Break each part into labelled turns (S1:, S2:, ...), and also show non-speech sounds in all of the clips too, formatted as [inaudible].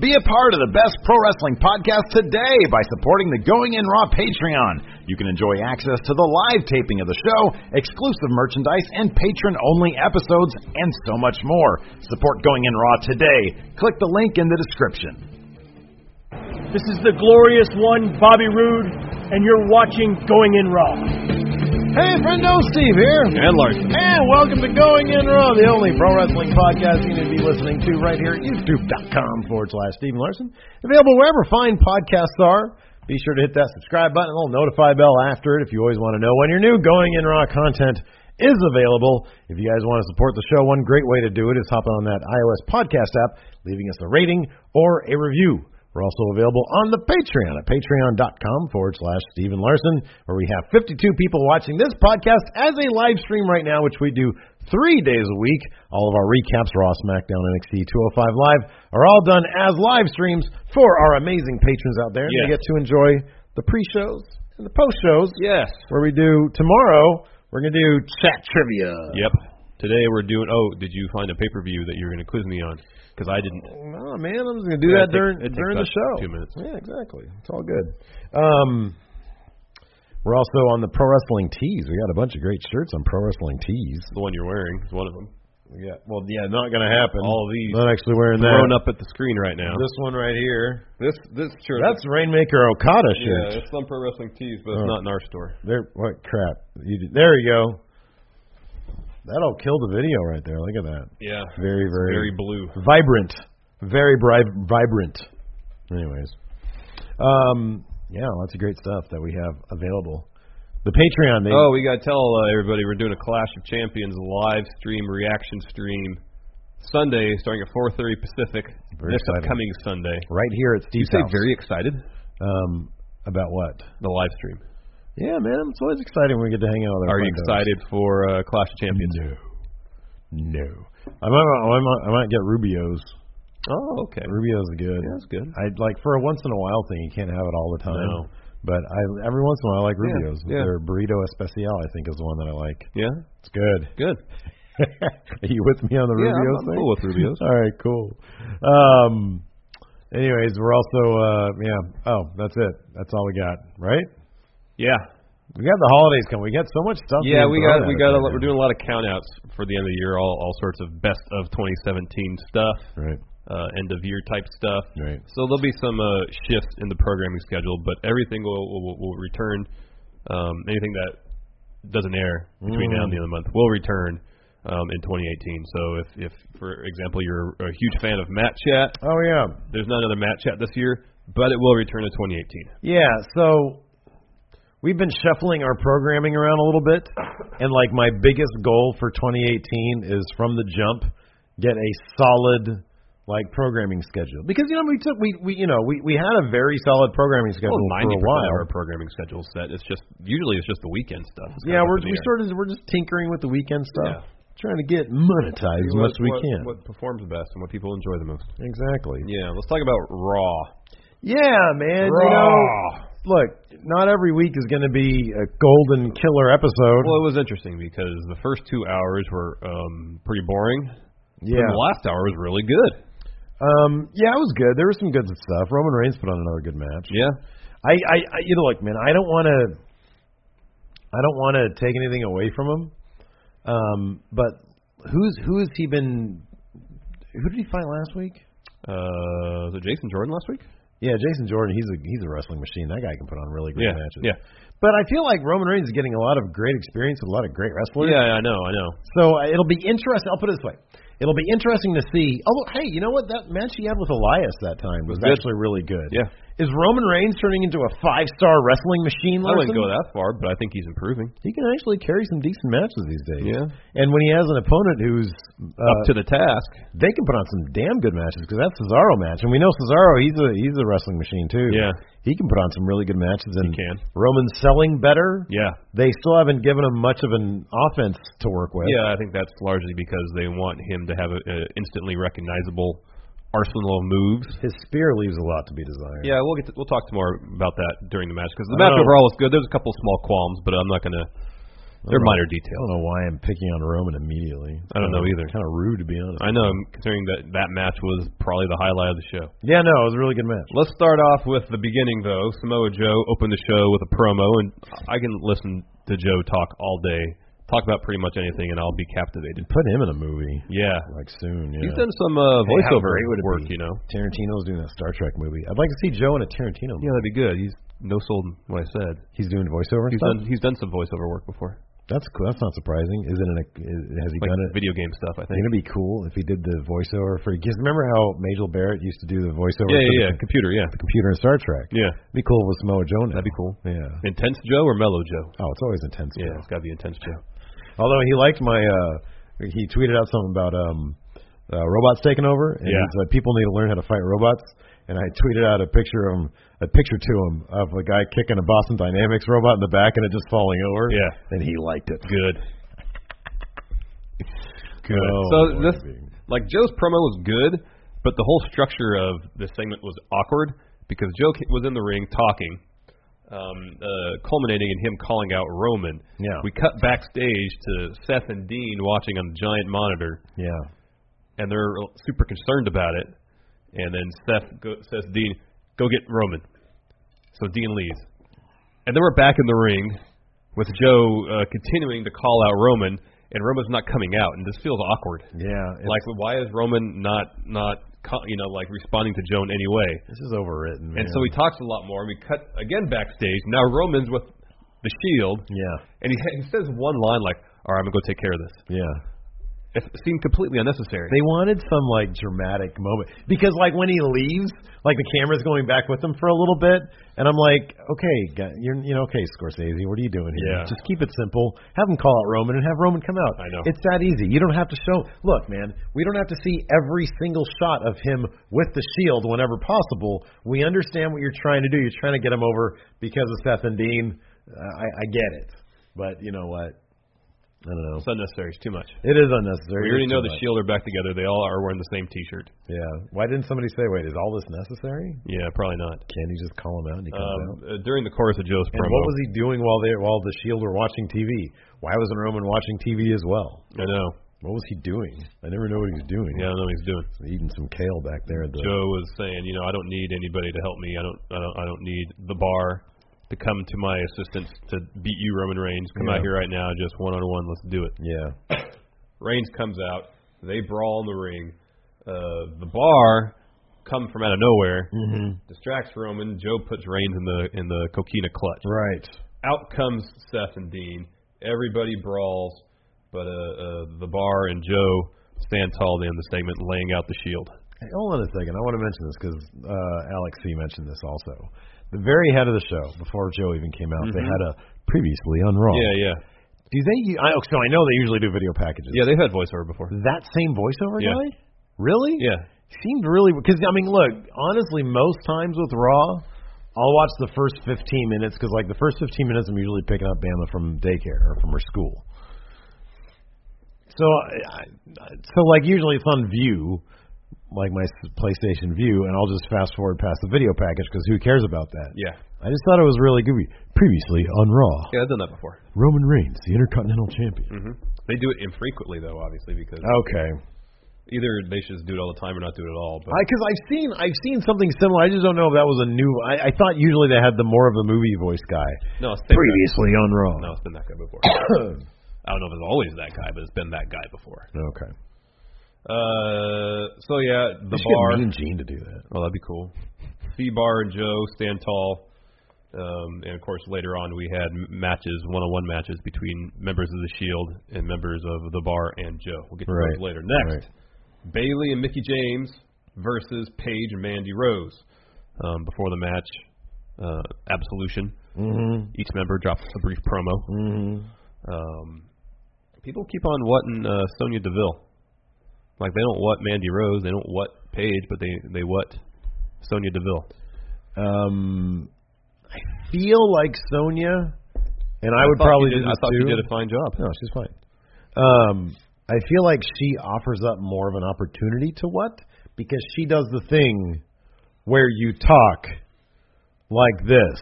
S1: Be a part of the best pro wrestling podcast today by supporting the Going In Raw Patreon. You can enjoy access to the live taping of the show, exclusive merchandise, and patron only episodes, and so much more. Support Going In Raw today. Click the link in the description.
S2: This is the glorious one, Bobby Roode, and you're watching Going In Raw.
S3: Hey, friendo, Steve here.
S4: And Larson.
S3: And welcome to Going In Raw, the only pro wrestling podcast you need to be listening to right here at youtube.com forward slash Steven Larson. Available wherever fine podcasts are. Be sure to hit that subscribe button, a little notify bell after it if you always want to know when your new Going In Raw content is available. If you guys want to support the show, one great way to do it is hopping on that iOS podcast app, leaving us a rating or a review. We're also available on the Patreon at patreon.com forward slash Stephen Larson, where we have 52 people watching this podcast as a live stream right now, which we do three days a week. All of our recaps, Raw, SmackDown, NXT 205 Live, are all done as live streams for our amazing patrons out there. And
S4: Yeah.
S3: They get to enjoy the pre shows and the post shows,
S4: Yes.
S3: where we do tomorrow, we're going to do chat trivia.
S4: Yep. Today we're doing. Oh, did you find a pay per view that you're going to quiz me on? Because I didn't.
S3: Oh man, I'm just gonna do
S4: Yeah,
S3: that
S4: it takes-
S3: during
S4: it takes
S3: during the
S4: about
S3: show.
S4: two minutes.
S3: Yeah, exactly. It's all good. Um, we're also on the pro wrestling tees. We got a bunch of great shirts on pro wrestling tees.
S4: The one you're wearing is one of them.
S3: Yeah, well, yeah, not gonna happen.
S4: All these
S3: not actually wearing
S4: thrown
S3: that.
S4: up at the screen right now.
S3: This one right here.
S4: This this shirt.
S3: That's Rainmaker Okada shirt.
S4: yeah. It's some pro wrestling tees, but
S3: Oh.
S4: it's not in our store.
S3: There, what crap? You did, there you go. That'll kill the video right there. Look at that.
S4: Yeah.
S3: Very, very,
S4: Very blue.
S3: vibrant, very bri- vibrant. Anyways, um, yeah, lots of great stuff that we have available. The Patreon, they,
S4: [laughs] Oh, we got to tell uh, everybody we're doing a Clash of Champions live stream reaction stream Sunday, starting at 4:30 Pacific.
S3: Very
S4: this
S3: exciting.
S4: upcoming Sunday.
S3: right here at
S4: You
S3: Steve's
S4: say
S3: house.
S4: very excited?
S3: um, about what?
S4: The live stream.
S3: Yeah, man, it's always exciting when we get to hang out with. Our
S4: Are you
S3: friends.
S4: excited for uh, Clash of Champions?
S3: No, I might, I might, I might get Rubio's.
S4: Oh, okay.
S3: Rubio's good.
S4: Yeah, that's good.
S3: I like for a once in a while thing. You can't have it all the time.
S4: No.
S3: But I every once in a while I like
S4: Yeah,
S3: Rubio's.
S4: yeah.
S3: Their burrito especial I think is the one that I like.
S4: Yeah,
S3: It's good. [laughs]
S4: good.
S3: Are you with me on the
S4: Yeah,
S3: Rubio's
S4: I'm- I'm
S3: thing?
S4: cool with Rubio's.
S3: [laughs] All right, cool. Um, anyways, we're also uh, yeah. Oh, that's it. That's all we got, right?
S4: Yeah,
S3: We got the holidays coming. We got so much stuff.
S4: yeah.
S3: being
S4: We
S3: thrown at
S4: got we
S3: us
S4: got a
S3: right
S4: lot, we're
S3: now.
S4: doing a lot of countouts for the end of the year. All all sorts of best of 2017 stuff,
S3: right.
S4: uh, end of year type stuff.
S3: Right.
S4: So there'll be some uh, shifts in the programming schedule, but everything will will, will return. Um, anything that doesn't air between now and the end of the month will return um, in 2018. So if if for example you're a huge fan of Matt Chat,
S3: Oh yeah,
S4: there's not another Matt Chat this year, but it will return to 2018.
S3: yeah. So we've been shuffling our programming around a little bit, and like my biggest goal for 2018 is from the jump get a solid like programming schedule because you know we took we we you know we we had a very solid programming schedule
S4: Well,
S3: for
S4: ninety
S3: a
S4: percent
S3: while.
S4: of our programming schedule set. It's just usually it's just the weekend stuff. It's kind
S3: Yeah,
S4: of up
S3: we're
S4: in the
S3: we
S4: air.
S3: sort of we're just tinkering with the weekend stuff,
S4: Yeah.
S3: trying to get monetized as much as we
S4: what,
S3: can.
S4: What performs best and what people enjoy the most.
S3: Exactly.
S4: Yeah, let's talk about Raw.
S3: Yeah, man. You
S4: Raw.
S3: know, look, not every week is going to be a golden killer episode.
S4: Well, it was interesting because the first two hours were um, pretty boring.
S3: yeah.
S4: And the last hour was really good.
S3: Um, yeah, it was good. There was some good stuff. Roman Reigns put on another good match.
S4: Yeah.
S3: I, I, I you know, look, man, I don't want to, I don't want to take anything away from him. Um, but who's who has he been? Who did he fight last week?
S4: Uh, was it Jason Jordan last week?
S3: Yeah, Jason Jordan. He's a he's a wrestling machine. That guy can put on really great
S4: Yeah,
S3: matches.
S4: yeah.
S3: But I feel like Roman Reigns is getting a lot of great experience with a lot of great wrestlers.
S4: Yeah, I know, I know.
S3: So uh, it'll be interesting. I'll put it this way: it'll be interesting to see. Oh, hey, you know what? That match he had with Elias that time was,
S4: Was good.
S3: actually really good.
S4: Yeah.
S3: Is Roman Reigns turning into a five-star wrestling machine?
S4: I wouldn't
S3: Larson?
S4: go that far, but I think he's improving.
S3: He can actually carry some decent matches these days.
S4: Yeah.
S3: And when he has an opponent who's uh,
S4: Up to the task.
S3: they can put on some damn good matches because that Cesaro match, and we know Cesaro, he's a he's a wrestling machine too.
S4: Yeah.
S3: He can put on some really good matches, and
S4: can.
S3: Roman's selling better.
S4: Yeah.
S3: They still haven't given him much of an offense to work with.
S4: Yeah, I think that's largely because they want him to have an instantly recognizable arsenal of moves.
S3: His spear leaves a lot to be desired.
S4: Yeah, we'll get to, we'll talk more about that during the match because the
S3: I
S4: match
S3: don't-
S4: overall was good. There's a couple small qualms, but I'm not gonna. They're minor
S3: I
S4: details.
S3: don't know why I'm picking on Roman immediately.
S4: I don't know either.
S3: Kind of rude to be honest.
S4: I know, considering that that match was probably the highlight of the show.
S3: Yeah, no, it was a really good match.
S4: Let's start off with the beginning, though. Samoa Joe opened the show with a promo, and I can listen to Joe talk all day, talk about pretty much anything, and I'll be captivated.
S3: Put him in a movie
S4: Yeah,
S3: like soon. Yeah.
S4: he's done some uh,
S3: Hey, how
S4: voiceover
S3: great would it
S4: work,
S3: be?
S4: you know.
S3: Tarantino's doing a Star Trek movie. I'd like to see Joe in a Tarantino. movie.
S4: Yeah, that'd be good. He's no sold what I said.
S3: He's doing voiceover.
S4: He's
S3: stuff?
S4: done he's done some voiceover work before,
S3: That's cool. That's not surprising. Is it? In a, is, has he
S4: like
S3: done it?
S4: video game stuff. I think.
S3: Wouldn't it be cool if he did the voiceover for? Because remember how Majel Barrett used to do the voiceover
S4: Yeah,
S3: for
S4: yeah, yeah.
S3: the
S4: Computer, yeah,
S3: computer in Star Trek?
S4: yeah.
S3: It'd be cool with Samoa Joe. Now.
S4: That'd be cool.
S3: Yeah.
S4: Intense Joe or Mellow Joe?
S3: Oh, it's always intense.
S4: Yeah,
S3: bro.
S4: it's got to be Intense Joe.
S3: Although he liked my, uh he tweeted out something about um uh, robots taking over, and
S4: Yeah.
S3: he's like, people need to learn how to fight robots. And I tweeted out a picture of him, a picture to him of a guy kicking a Boston Dynamics robot in the back and it just falling over.
S4: Yeah.
S3: And he liked it.
S4: Good. Oh,
S3: Good.
S4: so this like Joe's promo was good, but the whole structure of the segment was awkward because Joe ca- was in the ring talking, um, uh, culminating in him calling out Roman.
S3: Yeah.
S4: We cut backstage to Seth and Dean watching on a giant monitor,
S3: yeah.
S4: and they're super concerned about it. And then Seth go, says, "Dean, go get Roman." So Dean leaves, and then we're back in the ring with Joe uh, continuing to call out Roman, and Roman's not coming out, and this feels awkward.
S3: Yeah. It's,
S4: Like, why is Roman not not co- you know like responding to Joe in any way?
S3: this is overwritten. Man.
S4: And so he talks a lot more. And we cut again backstage. Now Roman's with the Shield,
S3: Yeah.
S4: and he, he says one line like, "All right, I'm gonna go take care of this."
S3: Yeah.
S4: It seemed completely unnecessary.
S3: They wanted some like dramatic moment because like when he leaves, like the camera's going back with him for a little bit, and I'm like, okay, guy- you're you know, okay, Scorsese, what are you doing here?
S4: Yeah.
S3: Just keep it simple. Have him call out Roman and have Roman come out.
S4: I know.
S3: it's that easy. You don't have to show. Look, man, we don't have to see every single shot of him with the shield whenever possible. We understand what you're trying to do. You're trying to get him over because of Seth and Dean. Uh, I, I get it, but you know what? I don't know.
S4: it's unnecessary. It's too much.
S3: It is unnecessary. It
S4: We
S3: is
S4: already know
S3: too
S4: the
S3: much.
S4: Shield are back together. They all are wearing the same T-shirt.
S3: Yeah. Why didn't somebody say, wait, is all this necessary?
S4: Yeah, probably not.
S3: Can he just call him out and he comes out?
S4: Um, uh, during the course of Joe's
S3: And
S4: promo,
S3: what was he doing while they while the Shield were watching TV? Why wasn't Roman watching TV as well?
S4: I know.
S3: What was he doing? I never know what he was doing.
S4: Yeah, I don't know what he's doing.
S3: Eating some kale back there. At the,
S4: Joe was saying, you know, I don't need anybody to help me. I don't, I don't, I don't need the bar to come to my assistance to beat you, Roman Reigns. Come out
S3: Yeah.
S4: here right now, just one on one. Let's do it.
S3: Yeah.
S4: Reigns comes out. They brawl in the ring. Uh, the bar come from out of nowhere,
S3: Mm-hmm.
S4: distracts Roman. Joe puts Reigns in the in the coquina clutch.
S3: Right.
S4: Out comes Seth and Dean. Everybody brawls, but uh, uh, the bar and Joe stand tall. They end the segment, laying out the shield.
S3: Hey, hold on a second. I want to mention this because uh, Alex C mentioned this also. The very head of the show, before Joe even came out, they had a previously on Raw.
S4: Mm-hmm. Yeah, yeah,
S3: Do they? I, so I know they usually do video packages.
S4: yeah. They've had voiceover before.
S3: That same voiceover
S4: Yeah.
S3: guy? Really?
S4: Yeah.
S3: seemed really because I mean, look, honestly, most times with Raw, I'll watch the first 15 minutes because like the first 15 minutes, I'm usually picking up Bama from daycare or from her school. So, I, I, so like usually it's on View, like my s- PlayStation View, and I'll just fast forward past the video package because who cares about that?
S4: Yeah.
S3: I just thought it was really goofy. Previously on Raw,
S4: Yeah, I've done that before.
S3: Roman Reigns, the Intercontinental Champion.
S4: Uh, They do it infrequently though, obviously, because
S3: Okay.
S4: Either they should just do it all the time or not do it at all. But
S3: Because I've seen I've seen something similar. I just don't know if that was a new. I, I thought usually they had the more of a movie voice guy.
S4: no, it's been
S3: Previously on Raw. [clears throat]
S4: That, no, it's been that guy [coughs] before. I don't know if it's always that guy, but it's been that guy before.
S3: Okay.
S4: Uh, so yeah, the
S3: They should
S4: bar.
S3: get Mean Gene to do that.
S4: Oh, that'd be cool. B Bar and Joe stand tall. Um, and of course, later on, we had m- matches, one-on-one matches between members of the Shield and members of the Bar and Joe. We'll get to
S3: Right.
S4: those later. Next, Bailey and Mickey James versus Paige and Mandy Rose. Um, before the match, uh, Absolution.
S3: Mm-hmm.
S4: Each member drops a brief promo.
S3: Mm-hmm.
S4: Um, people keep on wanting uh, Sonya Deville. Like they don't want Mandy Rose, they don't want Paige, but they they what Sonya Deville.
S3: Um, I feel like Sonya, and I, would
S4: thought
S3: probably
S4: you did,
S3: do
S4: I
S3: this
S4: thought
S3: too.
S4: you did a fine job.
S3: no, she's fine. Um, I feel like she offers up more of an opportunity to what because she does the thing where you talk like this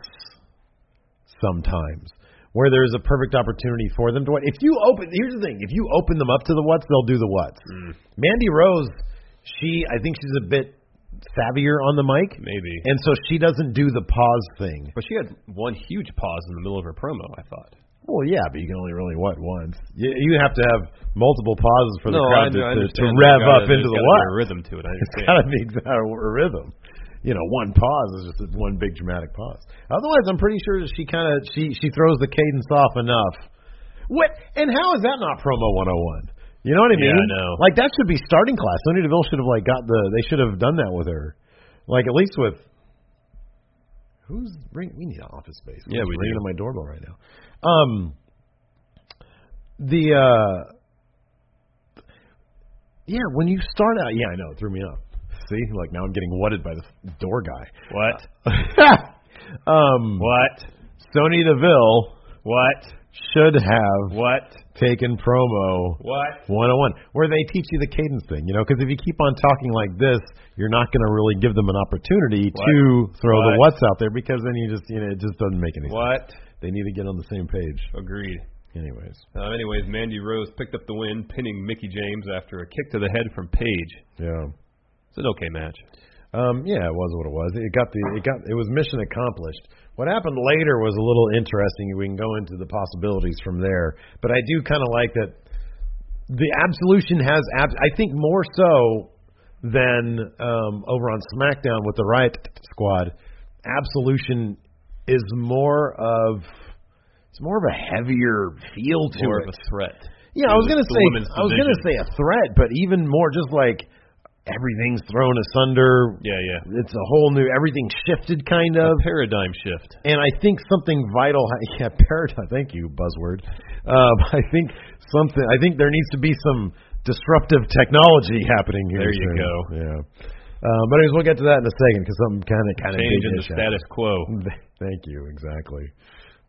S3: sometimes. Where there is a perfect opportunity for them to what? If you open, here's the thing: if you open them up to the what's, they'll do the what's. Mandy Rose, she, I think she's a bit savvier on the mic,
S4: Maybe.
S3: and so she doesn't do the pause thing.
S4: but she had one huge pause in the middle of her promo. I thought.
S3: Well, yeah, but you can only really what once. You, you have to have multiple pauses for the
S4: no,
S3: crowd
S4: I,
S3: to,
S4: I
S3: to, to
S4: understand.
S3: rev
S4: There's
S3: up
S4: gotta-
S3: into the
S4: there's gotta be
S3: what.
S4: a rhythm to it. I
S3: It's
S4: understand.
S3: got to be got a rhythm. You know, one pause is just one big dramatic pause. Otherwise, I'm pretty sure that she kind of she she throws the cadence off enough. What and how is that not promo 101? You know what I mean?
S4: Yeah, I know.
S3: Like that should be starting class. Sonya Deville should have like got the they should have done that with her. Like at least with who's ring? We need an office space.
S4: Yeah,
S3: Who's
S4: we do.
S3: ringing on my doorbell right now. Um, the uh. Yeah, when you start out, yeah, I know, it threw me off. See, like now I'm getting whatted by the door guy. [laughs]
S4: what?
S3: um,
S4: What?
S3: Sony Deville
S4: What?
S3: should have
S4: What?
S3: taken promo 101,
S4: What?
S3: where they teach you the cadence thing, you know, because if you keep on talking like this, you're not going to really give them an opportunity
S4: What?
S3: to throw the
S4: What?
S3: what's out there because then you just, you know, it just doesn't make any sense.
S4: What?
S3: They need to get on the same page.
S4: Agreed.
S3: Anyways,
S4: Uh, anyways, Mandy Rose picked up the win, pinning Mickey James after a kick to the head from Paige.
S3: yeah.
S4: It's an okay match.
S3: Um, yeah, it was what it was. It got the it got it was mission accomplished. What happened later was a little interesting. We can go into the possibilities from there. But I do kind of like that the absolution has abs- I think more so than um, over on SmackDown with the Riot Squad. Absolution is more of it's more of a heavier feel to
S4: More
S3: it.
S4: of a threat.
S3: Yeah, I was
S4: It's
S3: gonna
S4: the
S3: say
S4: women's
S3: I was gonna say
S4: division.
S3: a threat, but even more just like everything's thrown asunder.
S4: Yeah, yeah.
S3: It's a whole new everything shifted kind of,
S4: A paradigm shift.
S3: and I think something vital. [laughs] ha- Yeah, paradigm. Thank you, buzzword. Um, [laughs] I think something. I think there needs to be some disruptive technology happening here.
S4: There you
S3: soon.
S4: go.
S3: Yeah. Uh, but anyways, we'll get to that in a second because something kind of kind of
S4: Change in the status quo.
S3: [laughs] Thank you. Exactly.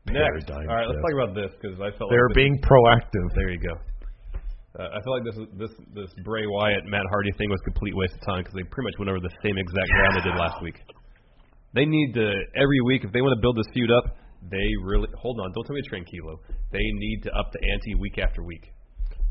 S4: Next, all
S3: Paradigm
S4: right, let's
S3: shift.
S4: talk about this because I felt
S3: They're
S4: like this,
S3: being proactive.
S4: there you go. Uh, I feel like this this this Bray Wyatt Matt Hardy thing was a complete waste of time because they pretty much went over the same exact ground they did last week. They need to every week if they want to build this feud up. They really hold on. Don't tell me to train Kilo. They need to up the ante week after week.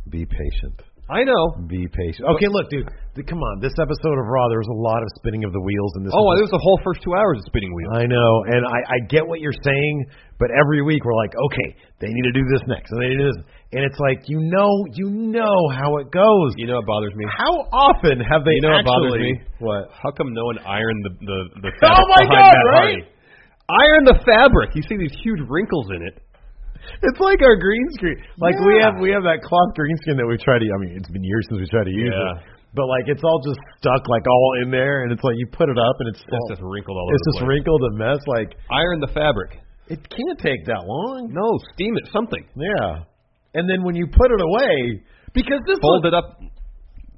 S3: Be patient.
S4: I know.
S3: Be patient. Okay, look, dude. th- Come on. This episode of Raw, there was a lot of spinning of the wheels in this.
S4: Oh,
S3: was
S4: it was the whole first two hours of spinning wheels.
S3: I know, and I, I get what you're saying, but every week we're like, okay, they need to do this next, and they need to do this, and it's like you know, you know how it goes.
S4: You know what bothers me?
S3: How often have they
S4: You know what bothers
S3: actually?
S4: me? What? How come no one ironed the the the
S3: [laughs]
S4: fabric
S3: Oh my
S4: behind
S3: God,
S4: Matt
S3: right?
S4: Hardy? Iron the fabric. You see these huge wrinkles in it.
S3: [laughs] It's like our green screen. Like we
S4: Yeah.
S3: have we have that cloth green screen that we've tried to. I mean, it's been years since we tried to use
S4: Yeah.
S3: it, but like it's all just stuck like all in there, and it's like you put it up, and it's
S4: It's
S3: all-
S4: just wrinkled all over
S3: Oh. it's
S4: the
S3: just
S4: place.
S3: wrinkled a mess. Like
S4: Iron the fabric.
S3: it can't take that long.
S4: No, steam it. Something.
S3: Yeah, and then when you put it away, because this
S4: Fold it up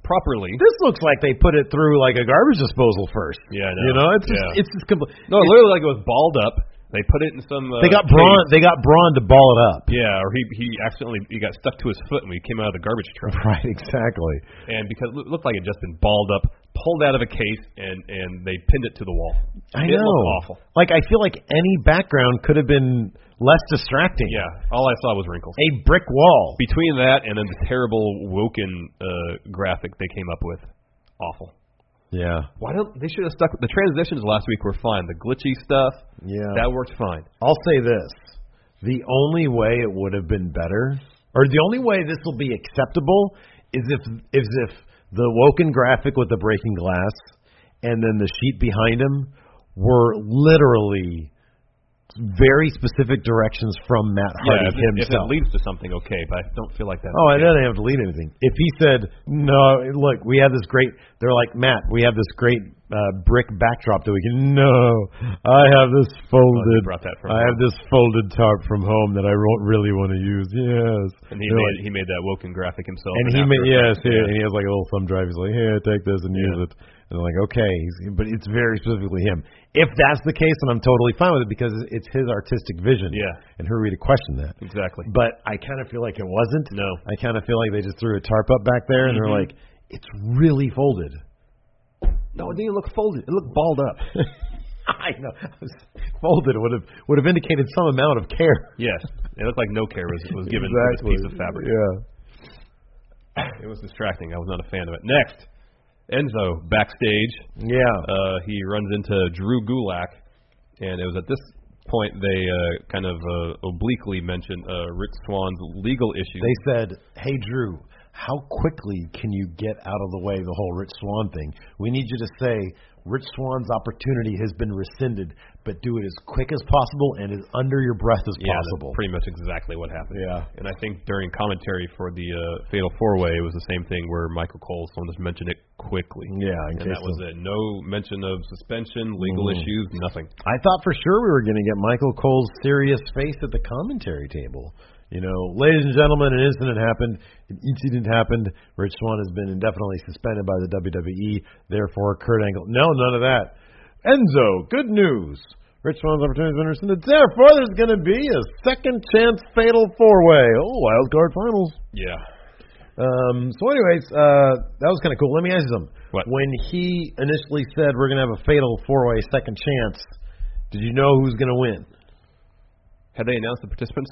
S4: properly.
S3: this looks like they put it through like a garbage disposal first.
S4: Yeah, I know.
S3: You know, it's just,
S4: Yeah.
S3: it's just complete.
S4: No, it literally, like it was balled up. They put it in some. Uh,
S3: they got
S4: cage.
S3: Braun. They got Braun to ball it up. [laughs]
S4: Yeah, or he he accidentally he got stuck to his foot when he came out of the garbage truck,
S3: Right, exactly.
S4: and because it looked like it had just been balled up, pulled out of a case, and and they pinned it to the wall.
S3: I
S4: it
S3: know.
S4: looked awful.
S3: Like I feel like any background could have been less distracting.
S4: Yeah, all I saw was wrinkles.
S3: A brick wall.
S4: Between that and then the terrible Woken uh, graphic they came up with, awful.
S3: Yeah.
S4: Why don't they should have stuck with the transitions last week were fine. The glitchy stuff,
S3: Yeah.
S4: that worked fine.
S3: I'll say this. The only way it would have been better, or the only way this will be acceptable, is if is if the Woken graphic with the breaking glass and then the sheet behind him were literally very specific directions from Matt Hardy
S4: if, it- if it
S3: himself.
S4: leads to something, okay, but I don't feel like that.
S3: Oh, I didn't have to lead anything. If he said, "No, look, we have this great," they're like, "Matt, we have this great uh, brick backdrop that we can." No, I have this folded.
S4: Oh, brought that from
S3: I have this folded tarp from home that I won't really want to use. Yes,
S4: And he
S3: They're
S4: made,
S3: like-
S4: he made that Woken graphic himself.
S3: and he
S4: after
S3: made yes,
S4: effects,
S3: yeah, and he has like a little thumb drive. He's like, "Here, take this and use it." And they're like, "Okay," He's, but it's very specifically him. If that's the case, then I'm totally fine with it because it's his artistic vision.
S4: Yeah.
S3: and who are we to question that?
S4: Exactly.
S3: But I kind of feel like it wasn't.
S4: No. Mm-hmm.
S3: I kind of feel like they just threw a tarp up back there and they're like, it's really folded.
S4: No, it didn't look folded. It looked balled
S3: [laughs]
S4: up.
S3: I know. folded would have would have indicated some amount of care.
S4: yes, it looked like no care was was [laughs] given to this piece of fabric.
S3: Yeah.
S4: It was distracting. I was not a fan of it. Next, Enzo backstage.
S3: Yeah.
S4: Uh, he runs into Drew Gulak, and it was at this point they uh, kind of uh, obliquely mentioned uh, Rick Swan's legal issue.
S3: they said, "Hey Drew, how quickly can you get out of the way the whole Rich Swan thing? We need you to say Rich Swan's opportunity has been rescinded, but do it as quick as possible and as under your breath as
S4: yeah, that's
S3: possible."
S4: pretty much exactly what happened.
S3: Yeah.
S4: And I think during commentary for the uh, Fatal Four Way, it was the same thing where Michael Cole, someone just mentioned it quickly.
S3: Yeah, in
S4: And
S3: case Mm-hmm.
S4: that was
S3: of-
S4: it. No mention of suspension, legal issues, nothing.
S3: I thought for sure we were going to get Michael Cole's serious face at the commentary table. You know, ladies and gentlemen, an incident happened. An incident happened. Rich Swan has been indefinitely suspended by the WWE. Therefore, Kurt Angle. No, none of that. Enzo, good news. Rich Swan's opportunity has been rescinded. Therefore, there's going to be a second chance fatal four way. Oh, wild card finals.
S4: Yeah.
S3: Um, so, anyways, uh, that was kind of cool. Let me ask you something.
S4: What?
S3: When he initially said we're going to have a fatal four-way second chance, did you know who's going to win?
S4: Had they announced the participants?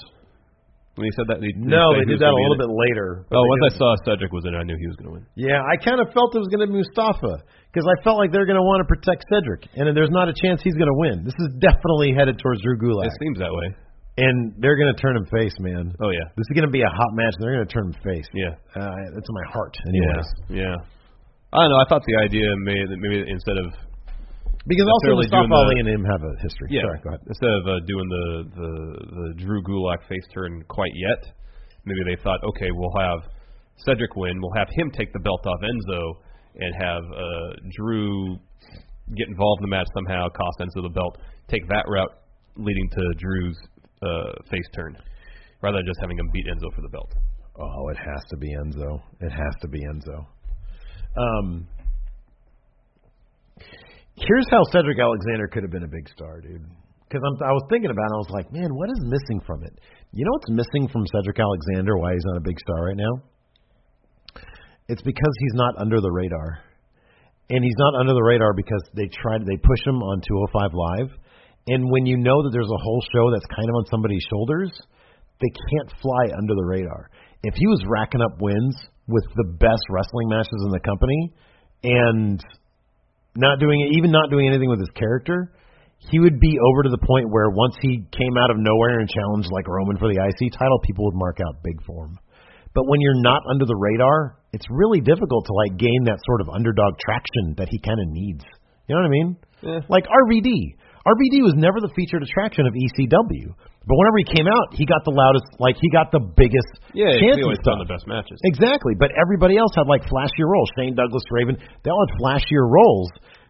S4: When he said that, they,
S3: No, they did that a little bit later. but
S4: Oh,
S3: they
S4: once I
S3: didn't.
S4: saw Cedric was in, I knew he was going to win.
S3: Yeah, I kind of felt it was going to be Mustafa because I felt like they're going to want to protect Cedric, and there's not a chance he's going to win. This is definitely headed towards Drew Gulak,
S4: It seems that way.
S3: and they're going to turn him face, man.
S4: Oh yeah,
S3: This is going to be a hot match, and they're going to turn him face.
S4: yeah,
S3: Uh, that's in my heart, anyways.
S4: yeah. I don't know. I thought the idea may that maybe instead of
S3: Because also
S4: Necessarily
S3: Mustafa
S4: doing the-
S3: Ali and him have a history.
S4: yeah
S3: Sorry, go ahead.
S4: instead of uh, doing the the the Drew Gulak face turn quite yet, maybe they thought, okay, we'll have Cedric win, we'll have him take the belt off Enzo, and have uh, Drew get involved in the match somehow, cost Enzo the belt, take that route, leading to Drew's uh, face turn, rather than just having him beat Enzo for the belt.
S3: Oh, it has to be Enzo. It has to be Enzo. Um, here's how Cedric Alexander could have been a big star, dude. Because I was thinking about it, I was like, man, what is missing from it? You know what's missing from Cedric Alexander? Why he's not a big star right now? It's because he's not under the radar, and he's not under the radar because they tried they push him on 205 Live, and when you know that there's a whole show that's kind of on somebody's shoulders, they can't fly under the radar. If he was racking up wins with the best wrestling matches in the company and not doing it, even not doing anything with his character, he would be over to the point where once he came out of nowhere and challenged like Roman for the IC title, people would mark out big for him. But when you're not under the radar, it's really difficult to like gain that sort of underdog traction that he kind of needs. You know what I mean? Like RVD. RVD was never the featured attraction of ECW, but whenever he came out, he got the loudest, like he got the biggest
S4: Yeah,
S3: chance
S4: he
S3: and
S4: always
S3: stuff.
S4: found the best matches.
S3: Exactly, but everybody else had like flashier roles. Shane Douglas, Raven, they all had flashier roles,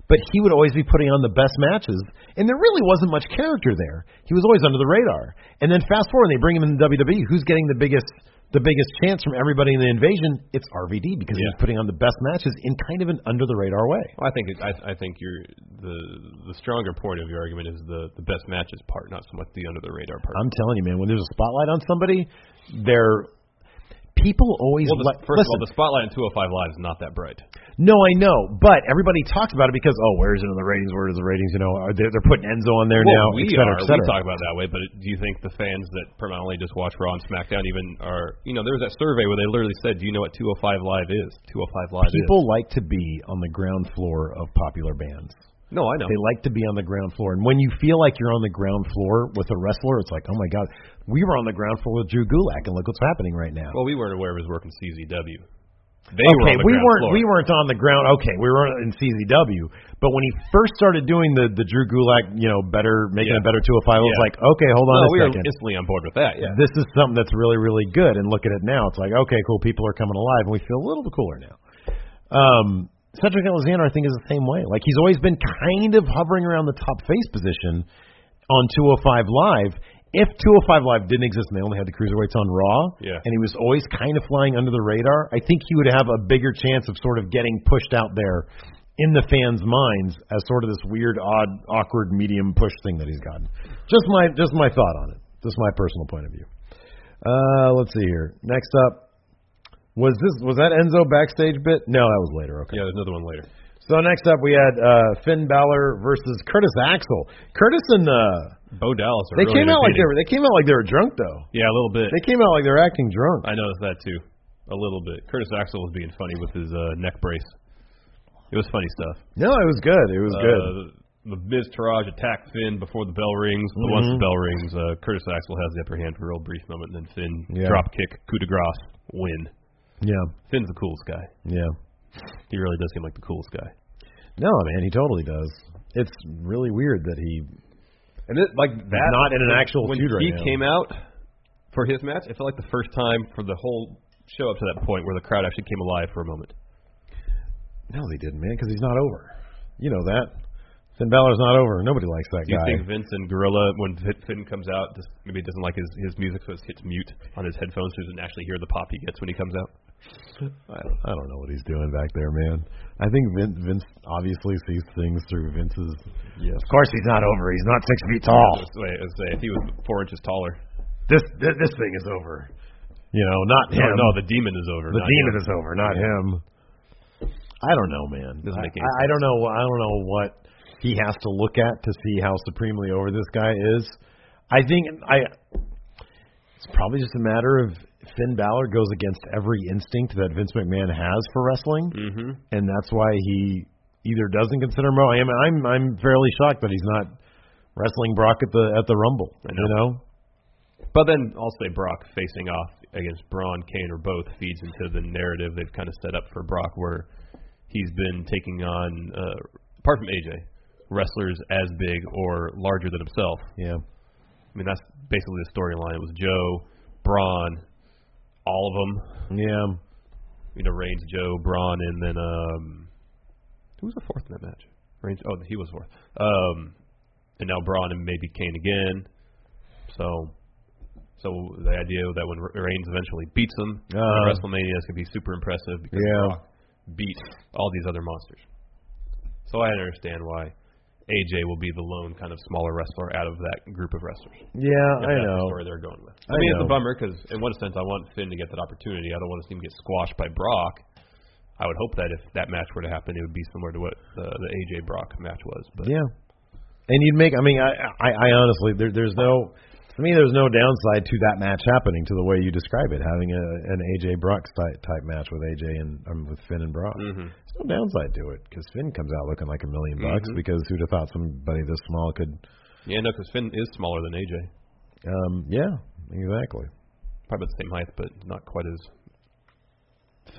S3: but he would always be putting on the best matches, and there really wasn't much character there. He was always under the radar. And then fast forward, they bring him in the WWE. Who's getting the biggest the biggest chance from everybody in the invasion? It's RVD because
S4: Yeah.
S3: he's putting on the best matches in kind of an under the radar way.
S4: Well, I think it, I, I think your the the stronger point of your argument is the the best matches part, not so much the under the radar part.
S3: I'm telling you, man, when there's a spotlight on somebody, they're people always
S4: Well, the,
S3: like
S4: first
S3: listen,
S4: of all, the spotlight in 205 Live is not that bright.
S3: No, I know, but everybody talks about it because oh, where is it in the ratings? Where is the ratings? You know, are they, they're putting Enzo on there now,
S4: Well, we
S3: et cetera,
S4: are.
S3: et cetera.
S4: We talk about it that way, but it, do you think the fans that predominantly just watch Raw and SmackDown even are? You know, there was that survey where they literally said, "Do you know what 205 Live is? 205 Live
S3: People like to be on the ground floor of popular bands.
S4: is." No, I know.
S3: They like to be on the ground floor, and when you feel like you're on the ground floor with a wrestler, it's like, oh my god, we were on the ground floor with Drew Gulak, and look what's happening right now.
S4: well, we weren't aware of his work in CZW. They
S3: okay,
S4: were on the
S3: we
S4: ground
S3: weren't
S4: floor.
S3: we weren't on the ground. Okay, we were in CZW, but when he first started doing the the Drew Gulak, you know, better making
S4: Yeah.
S3: a better two of five, I was
S4: Yeah.
S3: like, okay, hold on a
S4: No, we were
S3: second.
S4: instantly on board with that. Yeah.
S3: This is something that's really really good, and look at it now. It's like okay, cool, people are coming alive, and we feel a little bit cooler now. Um, Cedric Alexander, I think, is the same way. Like he's always been kind of hovering around the top face position on 205 Live. If 205 Live didn't exist and they only had the cruiserweights on Raw,
S4: Yeah.
S3: and he was always kind of flying under the radar, I think he would have a bigger chance of sort of getting pushed out there in the fans' minds as sort of this weird, odd, awkward medium push thing that he's gotten. Just my just my thought on it. Just my personal point of view. Uh, let's see here. Next up. Was this was that Enzo backstage bit? No, that was later. Okay.
S4: Yeah, there's another one later.
S3: So next up we had uh, Finn Balor versus Curtis Axel. Curtis and uh,
S4: Bo Dallas. Are
S3: they
S4: really
S3: came out like they
S4: entertaining.
S3: were they came out like they were drunk though.
S4: Yeah, a little bit.
S3: They came out like they were acting drunk.
S4: I noticed that too, a little bit. Curtis Axel was being funny with his uh, neck brace. It was funny stuff.
S3: No, it was good. It was good.
S4: Uh, the Miz Taraj attacked Finn before the bell rings. But once the bell rings, uh, Curtis Axel has the upper hand for a real brief moment, and then Finn
S3: Yeah.
S4: drop kick, coup de grace, win.
S3: Yeah,
S4: Finn's the coolest guy.
S3: yeah.
S4: He really does seem like the coolest guy.
S3: No, man, he totally does. It's really weird that he
S4: And it, like that,
S3: not in an actual
S4: when
S3: feud right
S4: he
S3: now.
S4: came out for his match, it felt like the first time for the whole show up to that point where the crowd actually came alive for a moment.
S3: No, they didn't, man, because he's not over. You know that. Finn Balor's not over. Nobody likes that
S4: Do you
S3: guy.
S4: think Vince and Gorilla, when Fit- Finn comes out, just maybe he doesn't like his, his music, so it hits mute on his headphones, so he doesn't actually hear the pop he gets when he comes out?
S3: I don't, I don't know what he's doing back there, man. I think Vince, Vince obviously sees things through Vince's. Yes. Of course, he's not over. He's not six feet tall.
S4: Let's say- let's say if he was four inches taller.
S3: This this, this thing is over. You know, not him.
S4: No, no, the demon is over.
S3: the
S4: not
S3: demon
S4: him.
S3: is over, not him. I don't know, man.
S4: Doesn't make
S3: I-
S4: any
S3: I, I don't know. I don't know what he has to look at to see how supremely over this guy is. I think I. It's probably just a matter of Finn Balor goes against every instinct that Vince McMahon has for wrestling, mm-hmm. and that's why he either doesn't consider Mo. I am. I'm. I'm fairly shocked that he's not wrestling Brock at the at the Rumble. You know.
S4: But then I'll say Brock facing off against Braun, Kane, or both feeds into the narrative they've kind of set up for Brock, where he's been taking on, uh, apart from AJ, wrestlers as big or larger than himself.
S3: Yeah.
S4: I mean, that's basically the storyline. It was Joe, Braun, all of them.
S3: Yeah.
S4: You know, Reigns, Joe, Braun, and then um, who was the fourth in that match? Reigns. Oh, he was fourth. Um, and now Braun and maybe Kane again. So, so the idea that when Re- Reigns eventually beats him at
S3: Uh-huh.
S4: WrestleMania, it's gonna be super impressive because
S3: Yeah.
S4: Brock beat all these other monsters. So I understand why AJ will be the lone kind of smaller wrestler out of that group of wrestlers.
S3: Yeah.
S4: If
S3: I
S4: that's
S3: know.
S4: the story they're going with. I,
S3: I
S4: mean, it's
S3: know.
S4: a bummer because in one sense, I want Finn to get that opportunity. I don't want to see him get squashed by Brock. I would hope that if that match were to happen, it would be similar to what the, the AJ Brock match was. But
S3: Yeah. And you'd make. I mean, I, I, I honestly, there, there's no. To me, there's no downside to that match happening to the way you describe it, having a, an AJ Brock type, type match with AJ and um, with Finn and Brock.
S4: Mm-hmm.
S3: There's no downside to it because Finn comes out looking like a 1000000 bucks because who'd have thought somebody this small could?
S4: yeah, no, because Finn is smaller than AJ,
S3: Um, yeah, exactly.
S4: probably about the same height, but not quite as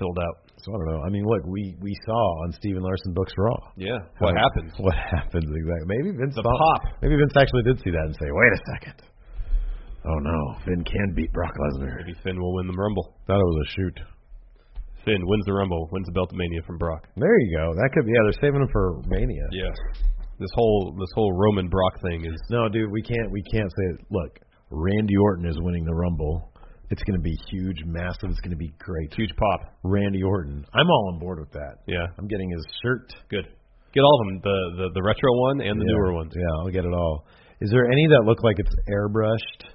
S4: filled out.
S3: So I don't know. I mean, look, we we saw on Steven Larson Books Raw.
S4: Yeah, what
S3: How-
S4: happens?
S3: What happens exactly? Maybe Vince
S4: The
S3: thought-
S4: pop.
S3: Maybe Vince actually did see that and say, "Wait a second. Oh no, Finn can beat Brock Lesnar."
S4: Maybe Finn will win the Rumble.
S3: Thought it was a shoot.
S4: Finn wins the Rumble, wins the Belt of Mania from Brock.
S3: There you go. That could be. Yeah, they're saving him for Mania.
S4: Yeah, this whole this whole Roman Brock thing is
S3: No, dude, we can't. We can't say. Look, Randy Orton is winning the Rumble. It's going to be huge, massive. It's going to be great.
S4: huge pop.
S3: Randy Orton. I'm all on board with that.
S4: Yeah,
S3: I'm getting his shirt.
S4: good. Get all of them, the the, the retro one and the
S3: Yeah.
S4: newer ones.
S3: Yeah, I'll get it all. Is there any that look like it's airbrushed?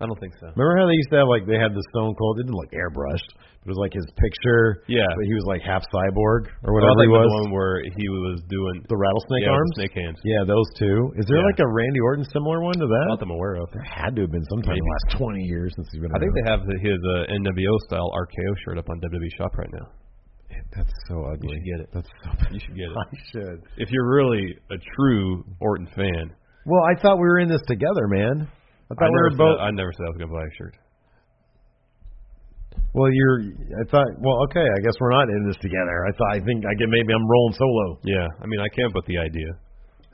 S4: I don't think so.
S3: Remember how they used to have like they had the Stone Cold? It didn't look airbrushed, but it was like his picture.
S4: Yeah.
S3: but he was like half cyborg or
S4: I
S3: whatever he
S4: like
S3: was.
S4: the one where he was doing
S3: The rattlesnake
S4: yeah, the
S3: arms.
S4: snake hands.
S3: Yeah, those two. Is there
S4: Yeah.
S3: like a Randy Orton similar one to that?
S4: Not that I'm aware of.
S3: There had to have been sometime in the last twenty years since he's been.
S4: I think
S3: around.
S4: they have the, his uh, NWO style RKO shirt up on WWE Shop right now.
S3: That's so ugly.
S4: should get it.
S3: That's [laughs] so. Bad.
S4: You should get it.
S3: I should.
S4: If you're really a true Orton fan,
S3: Well, I thought we were in this together, man. I
S4: I
S3: thought we
S4: never,
S3: were both.
S4: said, I never said I was going to buy a shirt.
S3: Well, you're. I thought. Well, okay. I guess we're not in this together. I thought. I think. I get. Maybe I'm rolling solo.
S4: Yeah, I mean, I came up with the idea,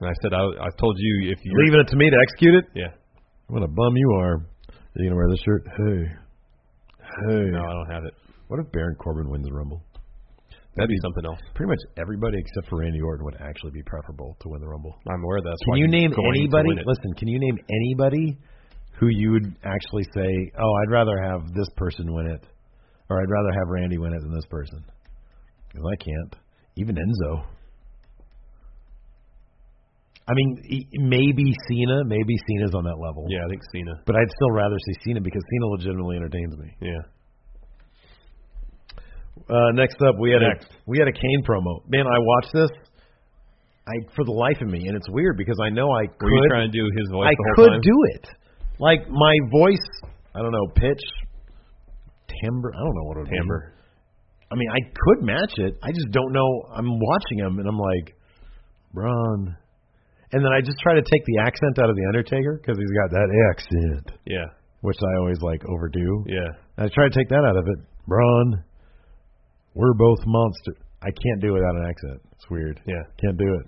S4: and I said I, I told you if you
S3: Leaving it to me to execute it.
S4: Yeah,
S3: What a bum you are. Are you gonna wear this shirt? Hey. Hey.
S4: no, I don't have it.
S3: What if Baron Corbin wins the Rumble?
S4: That'd be something else.
S3: Pretty much everybody except for Randy Orton would actually be preferable to win the Rumble.
S4: I'm aware of that. That's
S3: Can
S4: why
S3: you
S4: he's
S3: name
S4: going to
S3: anybody?
S4: win it.
S3: Listen, can you name anybody who you would actually say, "Oh, I'd rather have this person win it," or "I'd rather have Randy win it than this person"? Because I can't. Even Enzo. I mean, e- maybe Cena. Maybe Cena's on that level.
S4: Yeah, I think Cena.
S3: But I'd still rather see Cena because Cena legitimately entertains me.
S4: Yeah,
S3: Uh, next up, we had
S4: Next.
S3: a we had a Kane promo. Man, I watched this. I for the life of me, and it's weird because I know I
S4: were you
S3: could
S4: trying to do his voice?
S3: I
S4: the whole
S3: could
S4: time?
S3: do it. Like my voice, I don't know, pitch, timbre. I don't know what it would be.
S4: Timbre.
S3: I mean, I could match it. I just don't know. I'm watching him and I'm like, Braun. And then I just try to take the accent out of the Undertaker because he's got that accent,
S4: Yeah,
S3: which I always like overdo.
S4: yeah.
S3: I try to take that out of it. Braun, we're both monsters. I can't do it without an accent. It's weird.
S4: Yeah.
S3: Can't do it.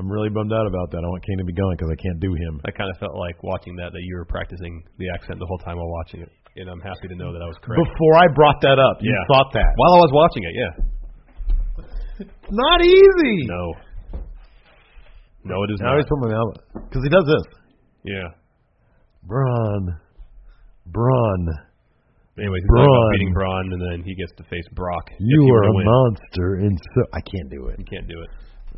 S3: I'm really bummed out about that. I want Kane to be gone because I can't do him.
S4: I kind of felt like watching that that you were practicing the accent the whole time while watching it, and I'm happy to know that I was correct.
S3: Before I brought that up, you
S4: Yeah.
S3: thought that.
S4: While I was watching it, yeah.
S3: Not easy.
S4: No. No, it is
S3: I always
S4: not.
S3: put my mouth because he does this.
S4: Yeah.
S3: Braun, Braun,
S4: Anyways, he's talking about
S3: Braun.
S4: beating Braun, and then he gets to face Brock. if
S3: you
S4: he were
S3: are
S4: to
S3: a
S4: win.
S3: monster, and so I can't do it.
S4: You can't do it.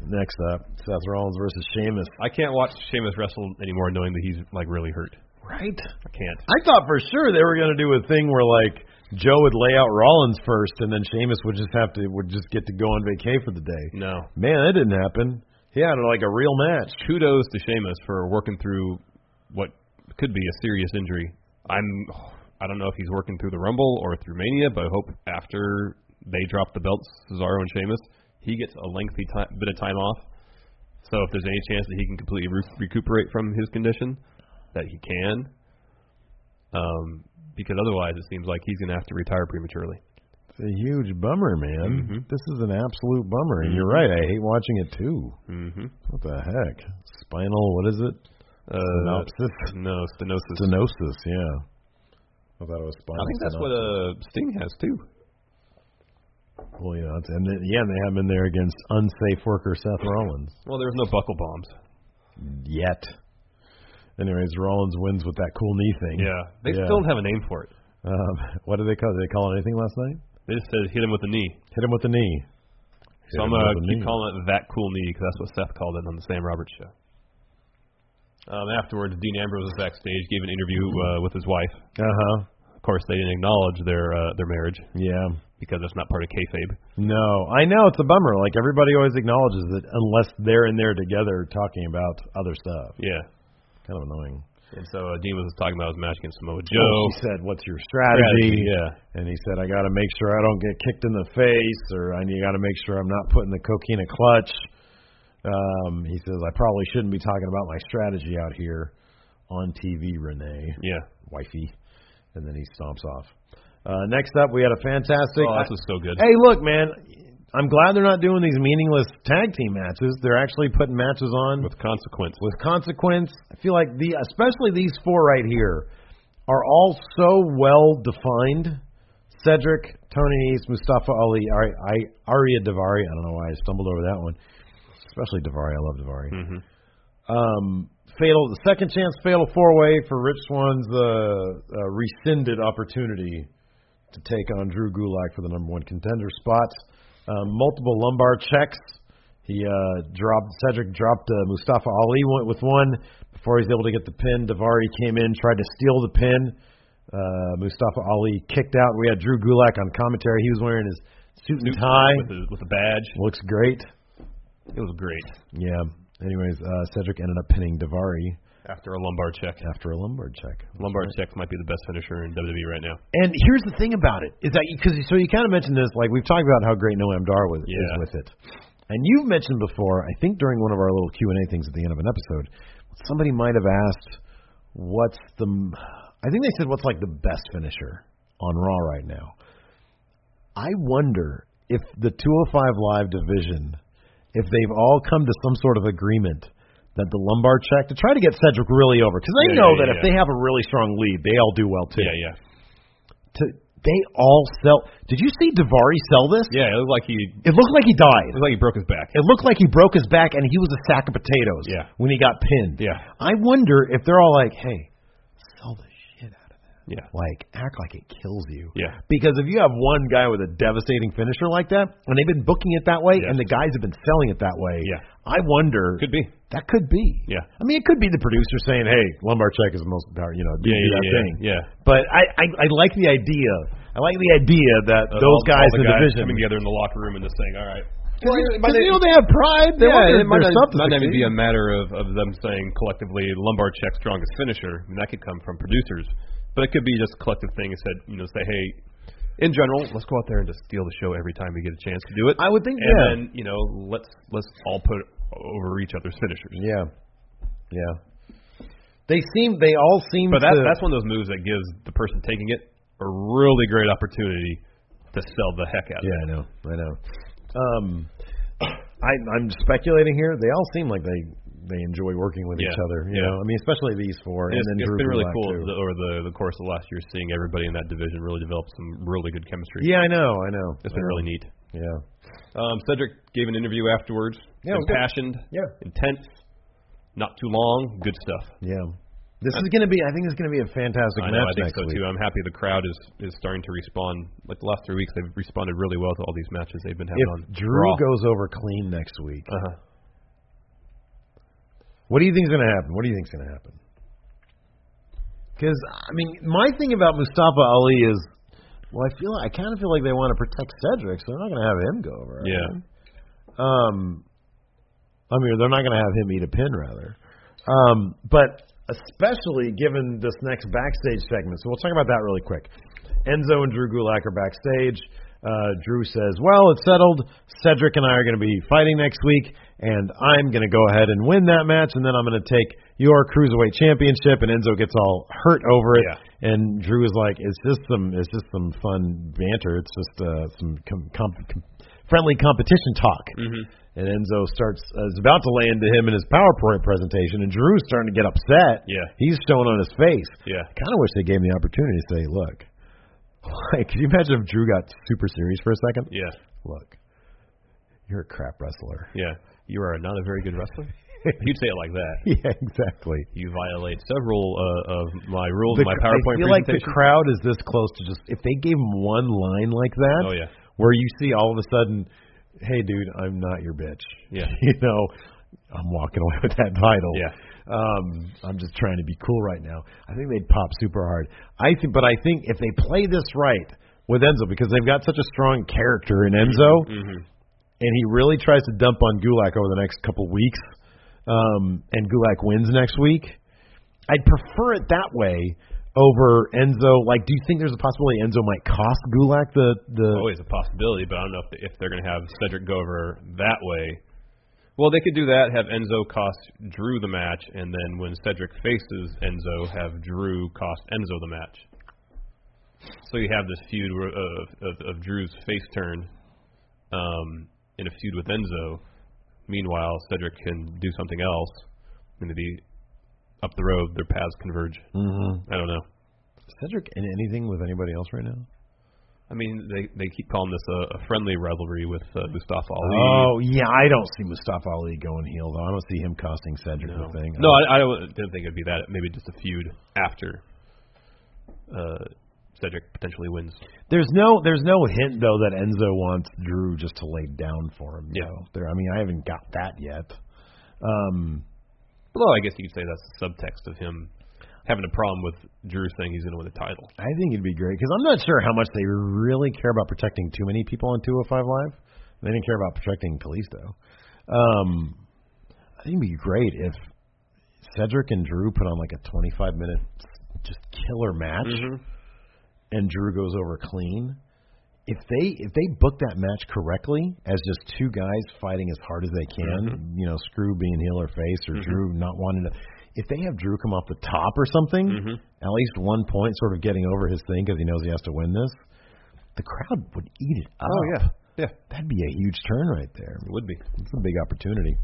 S3: Next up, Seth Rollins versus Sheamus.
S4: I can't watch Sheamus wrestle anymore, knowing that he's like really hurt.
S3: Right?
S4: I can't.
S3: I thought for sure they were gonna do a thing where like Joe would lay out Rollins first, and then Sheamus would just have to would just get to go on vacay for the day.
S4: No.
S3: Man, that didn't happen. He had like a real match.
S4: Kudos to Sheamus for working through what could be a serious injury. I'm. I don't know if he's working through the Rumble or through Mania, but I hope after they drop the belts, Cesaro and Sheamus, he gets a lengthy ti bit of time off. So if there's any chance that he can completely re- recuperate from his condition, that he can, um, because otherwise it seems like he's going to have to retire prematurely.
S3: It's a huge bummer, man. This is an absolute bummer. And you're right. I hate watching it too.
S4: Mm-hmm.
S3: What the heck? Spinal, what is it?
S4: Uh,
S3: Synopsis?
S4: No, stenosis.
S3: Stenosis, yeah. I thought it was spinal.
S4: I think that's
S3: stenosis.
S4: what uh, Sting has too.
S3: Well, yeah, it's, and then, yeah, and they have him in there against unsafe worker Seth Rollins.
S4: Well, there's no buckle bombs.
S3: Yet. Anyways, Rollins wins with that cool knee thing.
S4: they
S3: Yeah.
S4: still don't have a name for it.
S3: Um, what did they call? Did they call it anything last night?
S4: They just said hit him with the knee.
S3: Hit him with the knee. Hit
S4: So I'm
S3: him
S4: gonna
S3: with the
S4: keep
S3: knee.
S4: calling it that cool knee because that's what Seth called it on the Sam Roberts show. Um, afterwards, Dean Ambrose was backstage, gave an interview uh, with his wife.
S3: Uh huh.
S4: Of course, they didn't acknowledge their uh, their marriage
S3: Yeah.
S4: because that's not part of kayfabe.
S3: No, I know it's a bummer. Like everybody always acknowledges it, unless they're in there together talking about other stuff.
S4: Yeah.
S3: Kind of annoying.
S4: And so uh, Dean was talking about his match against Samoa Joe.
S3: Oh, she said, "What's your strategy?"
S4: Strategy, yeah.
S3: And he said, "I got to make sure I don't get kicked in the face, or I got to make sure I'm not putting the coquina clutch." Um, he says, "I probably shouldn't be talking about my strategy out here on TV, Renee,
S4: Yeah.
S3: wifey." And then he stomps off. Uh, next up, we had a fantastic.
S4: Oh, this was so good.
S3: Hey, look, man. I'm glad they're not doing these meaningless tag team matches. They're actually putting matches on
S4: With consequence.
S3: with consequence. I feel like the especially these four right here are all so well defined. Cedric, Tony Nese, Mustafa Ali, Ari, I, Aria Davari. I don't know why I stumbled over that one. Especially Davari. I love Davari. Um, fatal the second chance fatal four way for Rich Swan's uh, uh, rescinded opportunity to take on Drew Gulak for the number one contender spot. Um, multiple lumbar checks. He uh, dropped Cedric dropped uh, Mustafa Ali went with one before he was able to get the pin. Davari came in, tried to steal the pin, Uh, Mustafa Ali kicked out. We had Drew Gulak on commentary. He was wearing his suit and tie.
S4: with a, with a badge.
S3: Looks great.
S4: It was great
S3: Yeah. Anyways, uh, Cedric ended up pinning Davari
S4: after a lumbar check.
S3: after a Lombard check.
S4: Lumbar check might be the best finisher in WWE right now.
S3: And here's the thing about it is that because so you kind of mentioned this, like we've talked about how great Noam Dar was is
S4: Yeah.
S3: with it, and you've mentioned before, I think during one of our little Q and A things at the end of an episode, somebody might have asked, "What's the?" m- I think they said, "What's like the best finisher on Raw right now?" I wonder if the 205 Live division, if they've all come to some sort of agreement. That the lumbar check to try to get Cedric really over because they
S4: Yeah,
S3: know
S4: yeah,
S3: that
S4: yeah,
S3: if they
S4: yeah.
S3: have a really strong lead, they all do well too
S4: Yeah, yeah,
S3: to they all sell. Did you see Davari sell this?
S4: yeah. It looked like he it
S3: It looked like he died.
S4: looked like he broke his back.
S3: It looked like he broke his back and he was a sack of potatoes
S4: Yeah.
S3: when he got pinned.
S4: Yeah.
S3: I wonder if they're all like, "Hey, sell the shit out of that.
S4: Yeah.
S3: Like act like it kills you."
S4: Yeah.
S3: Because if you have one guy with a devastating finisher like that, and they've been booking it that way
S4: Yeah.
S3: and the guys have been selling it that way,
S4: Yeah.
S3: I wonder
S4: Could be.
S3: that could be.
S4: Yeah.
S3: I mean, it could be the producer saying, "Hey, lumbar check is the most power, you know, do,
S4: Yeah,
S3: do
S4: yeah,
S3: that
S4: yeah,
S3: thing."
S4: yeah.
S3: But I, I I like the idea. I like the idea that
S4: Of
S3: those
S4: all-
S3: guys in
S4: all
S3: the
S4: the guys
S3: division
S4: coming together in the locker room and just saying, "All right."
S3: Because
S4: Well,
S3: you,
S4: but
S3: 'cause
S4: they-
S3: you know they have pride. They want
S4: yeah,
S3: their,
S4: it might
S3: their
S4: not,
S3: stuff to
S4: might not even be
S3: succeed.
S4: a matter of, of them saying collectively lumbar check strongest finisher. I mean, that could come from producers, but it could be just a collective thing. It said, you know, say, hey, in general, let's go out there and just steal the show every time we get a chance to do it.
S3: I would think,
S4: and
S3: yeah.
S4: then you know, let's let's all put over each other's finishers.
S3: yeah, yeah. They seem. They all seem.
S4: But that's
S3: to,
S4: that's one of those moves that gives the person taking it a really great opportunity to sell the heck out of
S3: Yeah, I know. I know. Um, I, I'm speculating here. They all seem like they they enjoy working with each
S4: Yeah,
S3: other. You
S4: yeah.
S3: know, I mean, especially these four,
S4: And
S3: and
S4: it's,
S3: then
S4: it's
S3: Drew
S4: been really
S3: Gulak,
S4: cool
S3: too.
S4: the, over the, the course of last year seeing everybody in that division really develop some really good chemistry.
S3: Yeah, I know. I know.
S4: It's been really neat.
S3: Yeah.
S4: Um, Cedric gave an interview afterwards.
S3: Yeah, it was good.
S4: impassioned,
S3: Yeah.
S4: intense, not too long, good stuff.
S3: Yeah. This is gonna be. I think it's gonna be a fantastic
S4: I know,
S3: match
S4: I think
S3: next
S4: so
S3: week.
S4: too. I'm happy the crowd is is starting to respond. Like the last three weeks, they've responded really well to all these matches they've been having
S3: If
S4: on.
S3: Drew
S4: Raw.
S3: goes over clean next week,
S4: uh-huh.
S3: What do you think's going to happen? What do you think's going to happen? Because I mean, my thing about Mustafa Ali is, well, I feel I kind of feel like they want to protect Cedric, so they're not going to have him go over. right?
S4: yeah,
S3: Um, I mean, they're not going to have him eat a pin, rather. Um, but especially given this next backstage segment, so we'll talk about that really quick. Enzo and Drew Gulak are backstage. Uh, Drew says, "Well, it's settled. Cedric and I are going to be fighting next week, and I'm going to go ahead and win that match, and then I'm going to take your cruiserweight championship." And Enzo gets all hurt over it, and Drew is like, "It's just some, it's just some fun banter. It's just uh, some com- com- com- friendly competition talk."
S4: Mm-hmm.
S3: And Enzo starts uh, is about to lay into him in his PowerPoint presentation, and Drew's starting to get upset.
S4: Yeah.
S3: he's showing on his face.
S4: Yeah.
S3: kind of wish they gave him the opportunity to say, "Look, [laughs] like, can you imagine if Drew got super serious for a second?
S4: yeah,
S3: Look, you're a crap wrestler. [laughs]
S4: yeah. You are not a very good wrestler. If You'd say it like that.
S3: yeah, exactly.
S4: You violate several uh, of my rules,
S3: The
S4: my
S3: cr-
S4: PowerPoint
S3: I feel like the
S4: presentation.
S3: crowd is this close to just if they gave him one line like that.
S4: Oh, yeah.
S3: where you see all of a sudden, hey dude, I'm not your bitch.
S4: Yeah.
S3: [laughs] you know, I'm walking away [laughs] with that title.
S4: Yeah.
S3: Um, I'm just trying to be cool right now. I think they'd pop super hard. I think, but I think if they play this right with Enzo, because they've got such a strong character in Enzo,
S4: Mm-hmm.
S3: and he really tries to dump on Gulak over the next couple weeks, um, and Gulak wins next week. I'd prefer it that way over Enzo. Like, do you think there's a possibility Enzo might cost Gulak the the?
S4: always a possibility, but I don't know if, they, if they're going to have Cedric go over that way. Well, they could do that. Have Enzo cost Drew the match, and then when Cedric faces Enzo, have Drew cost Enzo the match. So you have this feud where- of, of, of Drew's face turn, um, in a feud with Enzo. Meanwhile, Cedric can do something else. Maybe up the road, their paths converge. Mm-hmm. I don't know.
S3: Cedric in anything with anybody else right now?
S4: I mean, they they keep calling this a, a friendly rivalry with uh, Mustafa Ali.
S3: Oh yeah, I don't see Mustafa Ali going heel though. I don't see him costing Cedric the thing.
S4: No, I, I don't, didn't think it'd be that. Maybe just a feud after uh, Cedric potentially wins.
S3: there's no there's no hint though that Enzo wants Drew just to lay down for him.
S4: Yeah.
S3: though. there. I mean, I haven't got that yet. Um,
S4: Although I guess you could say that's the subtext of him having a problem with Drew saying he's going to win the title.
S3: I think it'd be great because I'm not sure how much they really care about protecting too many people on 205 Live. They didn't care about protecting Kalisto. Um, I think it'd be great if Cedric and Drew put on like a 25 minute just killer match, and Drew goes over clean. If they if they book that match correctly as just two guys fighting as hard as they can, you know, screw being heel or face or Drew not wanting to. If they have Drew come off the top or something, at least one point, sort of getting over his thing because he knows he has to win this, the crowd would eat it up.
S4: yeah, yeah,
S3: That'd be a huge turn right there.
S4: it would be.
S3: It's a big opportunity.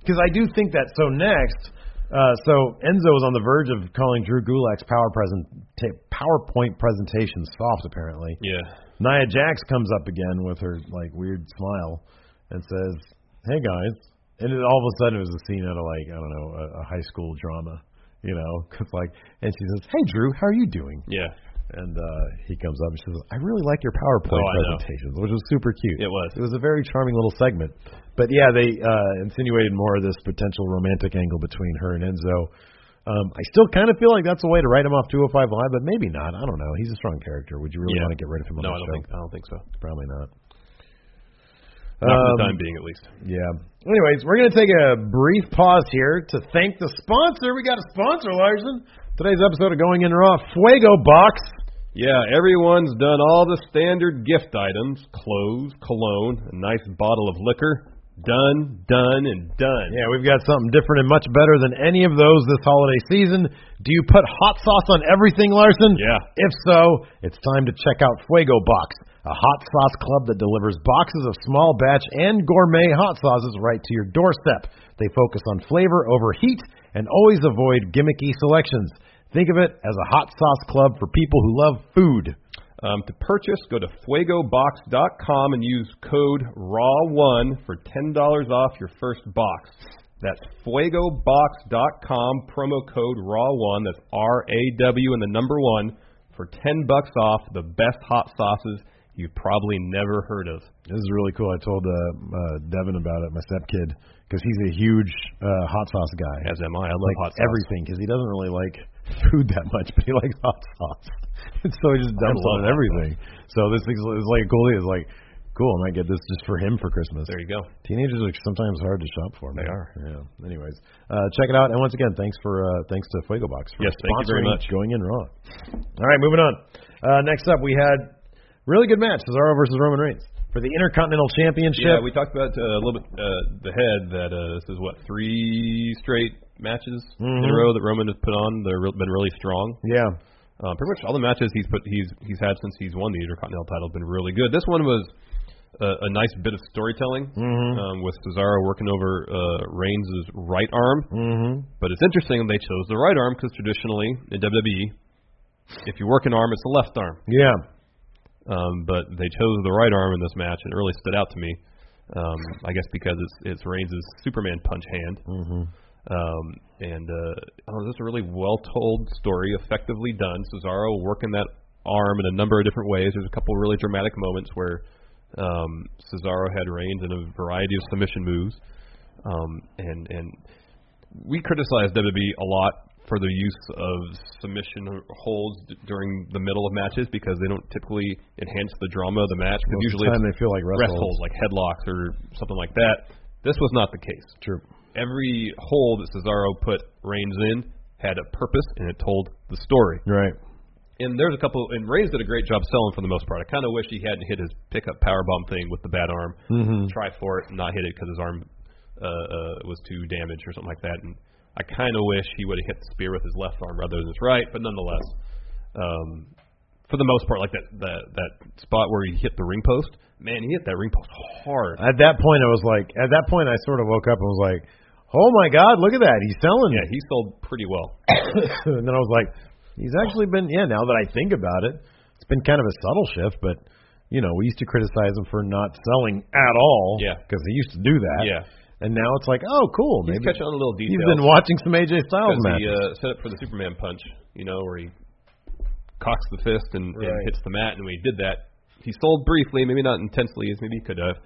S3: Because I do think that so next, uh, so Enzo is on the verge of calling Drew Gulak's power present ta- PowerPoint presentation soft. Apparently,
S4: Yeah,
S3: Nia Jax comes up again with her like weird smile and says, "Hey guys," and it, all of a sudden it was a scene out of like I don't know a, a high school drama, you know? [laughs] Because like, and she says, "Hey Drew, how are you doing?"
S4: yeah,
S3: And uh, he comes up and says, I really like your PowerPoint
S4: Oh, I know.
S3: presentations, which was super cute.
S4: It was.
S3: It was a very charming little segment. But yeah, they uh, insinuated more of this potential romantic angle between her and Enzo. Um, I still kind of feel like that's a way to write him off 205 Live, but maybe not. I don't know. He's a strong character. Would you really
S4: Yeah.
S3: want to get rid of him on the
S4: no, I don't
S3: show?
S4: think I don't think so.
S3: Probably not.
S4: Not for the
S3: Um,
S4: time being, at least.
S3: Yeah. Anyways, we're going to take a brief pause here to thank the sponsor. We got a sponsor, Larson. Today's episode of Going In Raw, Fuego Box.
S4: Yeah, everyone's done all the standard gift items: clothes, cologne, a nice bottle of liquor. Done, done, and done.
S3: Yeah, we've got something different and much better than any of those this holiday season. Do you put hot sauce on everything, Larson?
S4: Yeah.
S3: If so, it's time to check out Fuego Box, a hot sauce club that delivers boxes of small batch and gourmet hot sauces right to your doorstep. They focus on flavor over heat and always avoid gimmicky selections. Think of it as a hot sauce club for people who love food.
S4: Um, to purchase, go to fuegobox.com and use code RAW1 for $10 off your first box. That's fuegobox.com, promo code RAW1. That's R A W and the number one for 10 bucks off the best hot sauces you've probably never heard of.
S3: This is really cool. I told uh, uh, Devin about it, my stepkid, because he's a huge uh, hot sauce guy.
S4: As am I. I love
S3: like
S4: hot sauce.
S3: everything because he doesn't really like [laughs] food that much, but he likes hot sauce. [laughs] and so he just dumps on
S4: love hot
S3: everything. So this is it's like cool. It's like cool. I might get this just for him for Christmas.
S4: There you go.
S3: Teenagers are sometimes hard to shop for. Man.
S4: They are.
S3: Yeah. Anyways, uh, check it out. And once again, thanks for uh, thanks to Fuego Box for
S4: Yes, thank you very
S3: sponsoring
S4: much.
S3: Going in raw. All right, moving on. Uh, next up, we had really good match: Cesaro versus Roman Reigns for the Intercontinental Championship.
S4: Yeah, we talked about uh, a little bit uh, the head that uh, this is what three straight matches in
S3: Mhm.
S4: a row that Roman has put on. They've re- been really strong.
S3: yeah.
S4: Uh, pretty much all the matches he's put he's he's had since he's won the Intercontinental title have been really good. This one was a, a nice bit of storytelling um, with Cesaro working over uh, Reigns' right arm.
S3: Mm-hmm.
S4: But it's interesting they chose the right arm because traditionally in WWE, if you work an arm, it's the left arm.
S3: Yeah.
S4: Um, but they chose the right arm in this match, and it really stood out to me. Um, I guess because it's it's Reigns' Superman punch hand. Mm-hmm. Um, and uh, I don't know, this is a really well told story, effectively done. Cesaro working that arm in a number of different ways. There's a couple really dramatic moments where um, Cesaro had Reigns in a variety of submission moves. Um, and and we criticize WWE a lot for their use of submission holds d- during the middle of matches because they don't typically enhance the drama of the match.
S3: Most of
S4: 'cause
S3: the
S4: usually
S3: time
S4: it's
S3: they feel like
S4: rest
S3: wrestles.
S4: holds, like headlocks or something like that. This was not the case.
S3: True.
S4: Every hold that Cesaro put Reigns in had a purpose and it told the story.
S3: Right.
S4: And there's a couple. And Reigns did a great job selling for the most part. I kind of wish he hadn't hit his pickup powerbomb thing with the bad arm.
S3: Mm-hmm.
S4: Try for it, and not hit it because his arm uh, uh, was too damaged or something like that. And I kind of wish he would have hit the spear with his left arm rather than his right. But nonetheless, um, for the most part, like that that that spot where he hit the ring post. Man, he hit that ring post hard.
S3: At that point, I was like, at that point, I sort of woke up and was like, oh my god, look at that, he's [coughs] selling
S4: Yeah,
S3: it.
S4: he sold pretty well.
S3: and then I was like, he's actually been, yeah. Now that I think about it, it's been kind of a subtle shift, but you know, we used to criticize him for not selling at all,
S4: Yeah.
S3: because he used to do that,
S4: Yeah.
S3: And now it's like, oh, cool,
S4: He's
S3: maybe
S4: catching on a little detail.
S3: he's been watching some AJ Styles
S4: because he
S3: matches.
S4: uh, set up for the Superman punch, you know, where he cocks the fist and,
S3: Right.
S4: and hits the mat. And when he did that, he sold briefly, maybe not intensely as maybe he could have,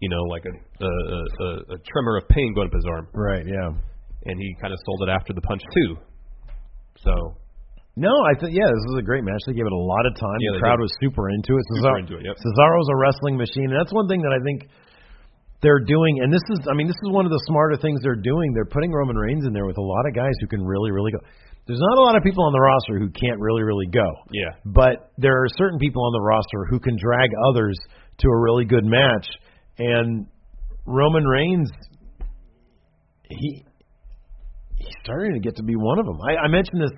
S4: you know, like a a, a, a- a tremor of pain going up his arm.
S3: Right, yeah,
S4: And he kind of sold it after the punch too. So
S3: No, I think yeah, this was a great match. They gave it a lot of time. the
S4: Yeah, they
S3: crowd
S4: did.
S3: was super into it.
S4: Super into it, yep.
S3: Cesaro's a wrestling machine, and that's one thing that I think they're doing. And this is, I mean, this is one of the smarter things they're doing. They're putting Roman Reigns in there with a lot of guys who can really, really go. There's not a lot of people on the roster who can't really, really go.
S4: Yeah.
S3: But there are certain people on the roster who can drag others to a really good match, and Roman Reigns, he he's starting to get to be one of them. I, I mentioned this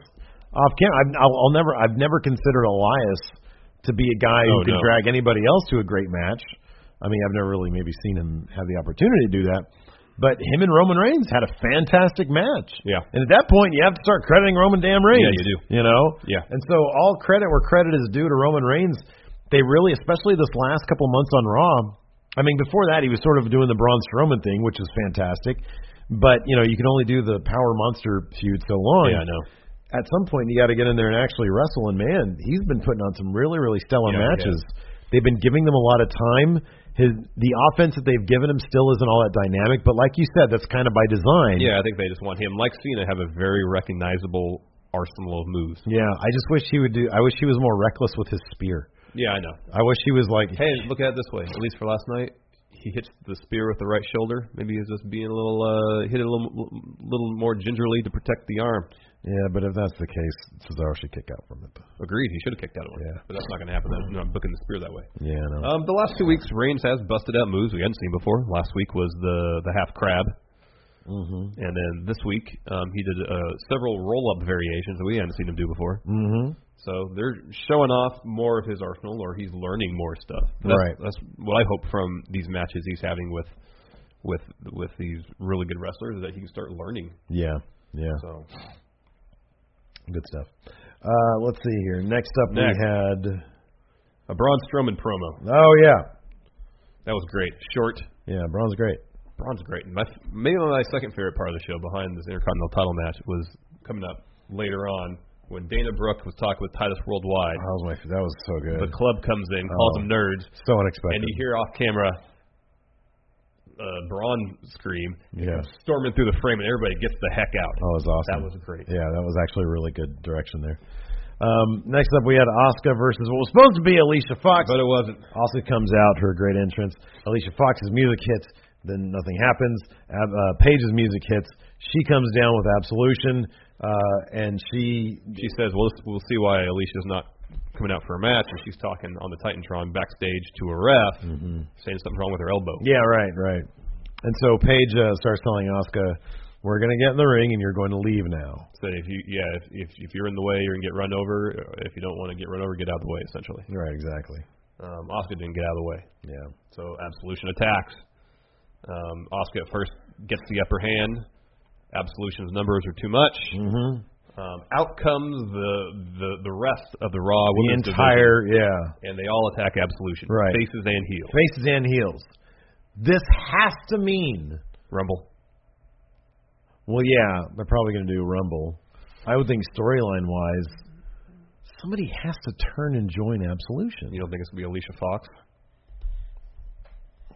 S3: off camera. I've, I'll, I'll never, I've never considered Elias to be a guy who
S4: Oh,
S3: can
S4: no.
S3: drag anybody else to a great match. I mean, I've never really maybe seen him have the opportunity to do that. But him and Roman Reigns had a fantastic match.
S4: Yeah.
S3: And at that point, you have to start crediting Roman damn Reigns.
S4: you do.
S3: You know?
S4: Yeah.
S3: And so all credit where credit is due to Roman Reigns, they really, especially this last couple months on Raw. I mean, before that, he was sort of doing the Braun Strowman thing, which was fantastic. But you know, you can only do the Power Monster feud so long.
S4: Yeah, I know.
S3: At some point, you got to get in there and actually wrestle. And man, he's been putting on some really, really stellar
S4: Yeah, he
S3: matches. They've been giving them a lot of time. His the offense that they've given him still isn't all that dynamic, but like you said, that's kind of by design.
S4: yeah, I think they just want him like Cena have a very recognizable arsenal of moves.
S3: Yeah, I just wish he would do. I wish he was more reckless with his spear.
S4: Yeah, I know.
S3: I wish he was like,
S4: Hey, look at it this way. At least for last night, he hits the spear with the right shoulder. Maybe he's just being a little uh hit it a little little more gingerly to protect the arm.
S3: yeah, but if that's the case, Cesaro should kick out from it.
S4: Agreed. He should have kicked out of one.
S3: Yeah.
S4: But that's not going to happen. I'm not booking the spear that way.
S3: Yeah, no.
S4: Um, the last two weeks, Reigns has busted out moves we hadn't seen before. Last week was the the half crab, mm-hmm. and then this week um, he did uh, several roll up variations that we hadn't seen him do before.
S3: mm-hmm.
S4: So they're showing off more of his arsenal, or he's learning more stuff. That's,
S3: Right.
S4: That's what I hope from these matches he's having with with with these really good wrestlers is that he can start learning.
S3: Yeah, yeah.
S4: So
S3: Good stuff. Uh, let's see here. Next up,
S4: Next.
S3: we had.
S4: a Braun Strowman promo
S3: Oh yeah,
S4: that was great, short.
S3: yeah. Braun's great.
S4: Braun's great. My maybe my second favorite part of the show behind this Intercontinental title match was coming up later on when Dana Brooke was talking with Titus Worldwide.
S3: That was my. That was so good.
S4: The club comes in, calls
S3: Oh.
S4: them nerds,
S3: so unexpected.
S4: and you hear off camera uh, Braun scream,
S3: yeah.
S4: storming through the frame, and everybody gets the heck out.
S3: That was Oh, awesome.
S4: That was great.
S3: Yeah, that was actually really good direction there. Um, next up, we had Oscar versus what was supposed to be Alicia Fox,
S4: But it wasn't.
S3: Oscar comes out, her great entrance. Alicia Fox's music hits, then nothing happens. Ab- uh, Paige's music hits. She comes down with absolution, uh, and she
S4: She says, "Well, this- we'll see why Alicia's not coming out for a match." And she's talking on the Titantron backstage to a ref, saying something's wrong with her elbow.
S3: Mm-hmm. Yeah, right, right. And so Paige uh, starts telling Asuka, "We're gonna get in the ring, and you're going to leave now."
S4: So if you, yeah, if, if if you're in the way, you're gonna get run over. If you don't want to get run over, get out of the way. Essentially,
S3: Right, exactly.
S4: um, Oscar didn't get out of the way,
S3: Yeah.
S4: so Absolution attacks. Um, Oscar at first gets the upper hand. Absolution's numbers are too much.
S3: Mm-hmm.
S4: Um, out comes the, the the rest of the Raw
S3: The
S4: women's division.
S3: entire yeah
S4: and they all attack Absolution,
S3: Right.
S4: Faces and heels.
S3: faces and heels. This has to mean.
S4: Rumble.
S3: Well, yeah, they're probably gonna do Rumble. I would think storyline wise, somebody has to turn and join Absolution.
S4: You don't think it's gonna be Alicia Fox?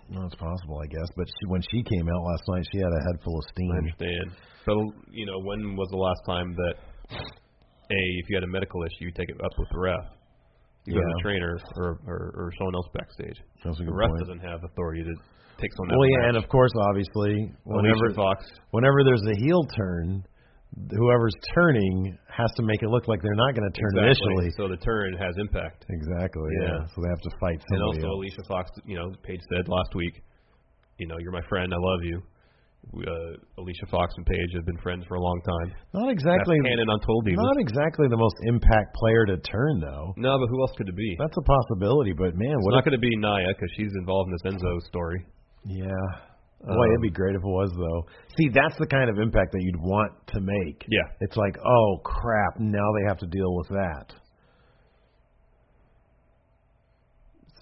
S3: No, it's possible, I guess. But she, when she came out last night, she had a head full of
S4: I
S3: steam.
S4: understand. So you know, when was the last time that a if you had a medical issue, you take it up with the ref, you go to
S3: Yeah.
S4: the trainer or, or or someone else backstage.
S3: That's a
S4: The
S3: good
S4: ref
S3: point.
S4: doesn't have authority to take someone out.
S3: Well,
S4: of
S3: yeah,
S4: the
S3: and
S4: match.
S3: of course, obviously, whenever
S4: Alicia Fox.
S3: whenever there's a heel turn, whoever's turning has to make it look like they're not going to turn
S4: Exactly.
S3: initially.
S4: So the turn has impact.
S3: Exactly.
S4: Yeah.
S3: So they have to fight
S4: And
S3: somebody. else.
S4: also, Alicia Fox, you know, Paige said last week, you know, you're my friend, I love you. We, Uh, Alicia Fox and Paige have been friends for a long time.
S3: Not
S4: That's
S3: exactly.
S4: canon on Total Divas.
S3: Not exactly the most impact player to turn though.
S4: no, but who else could it be?
S3: That's a possibility, but man,
S4: It's
S3: what?
S4: not going to be Naya because she's involved in this Enzo story.
S3: if, yeah. Um, Boy, it'd be great if it was though. See, that's the kind of impact that you'd want to make.
S4: Yeah.
S3: It's like, oh crap, now they have to deal with that.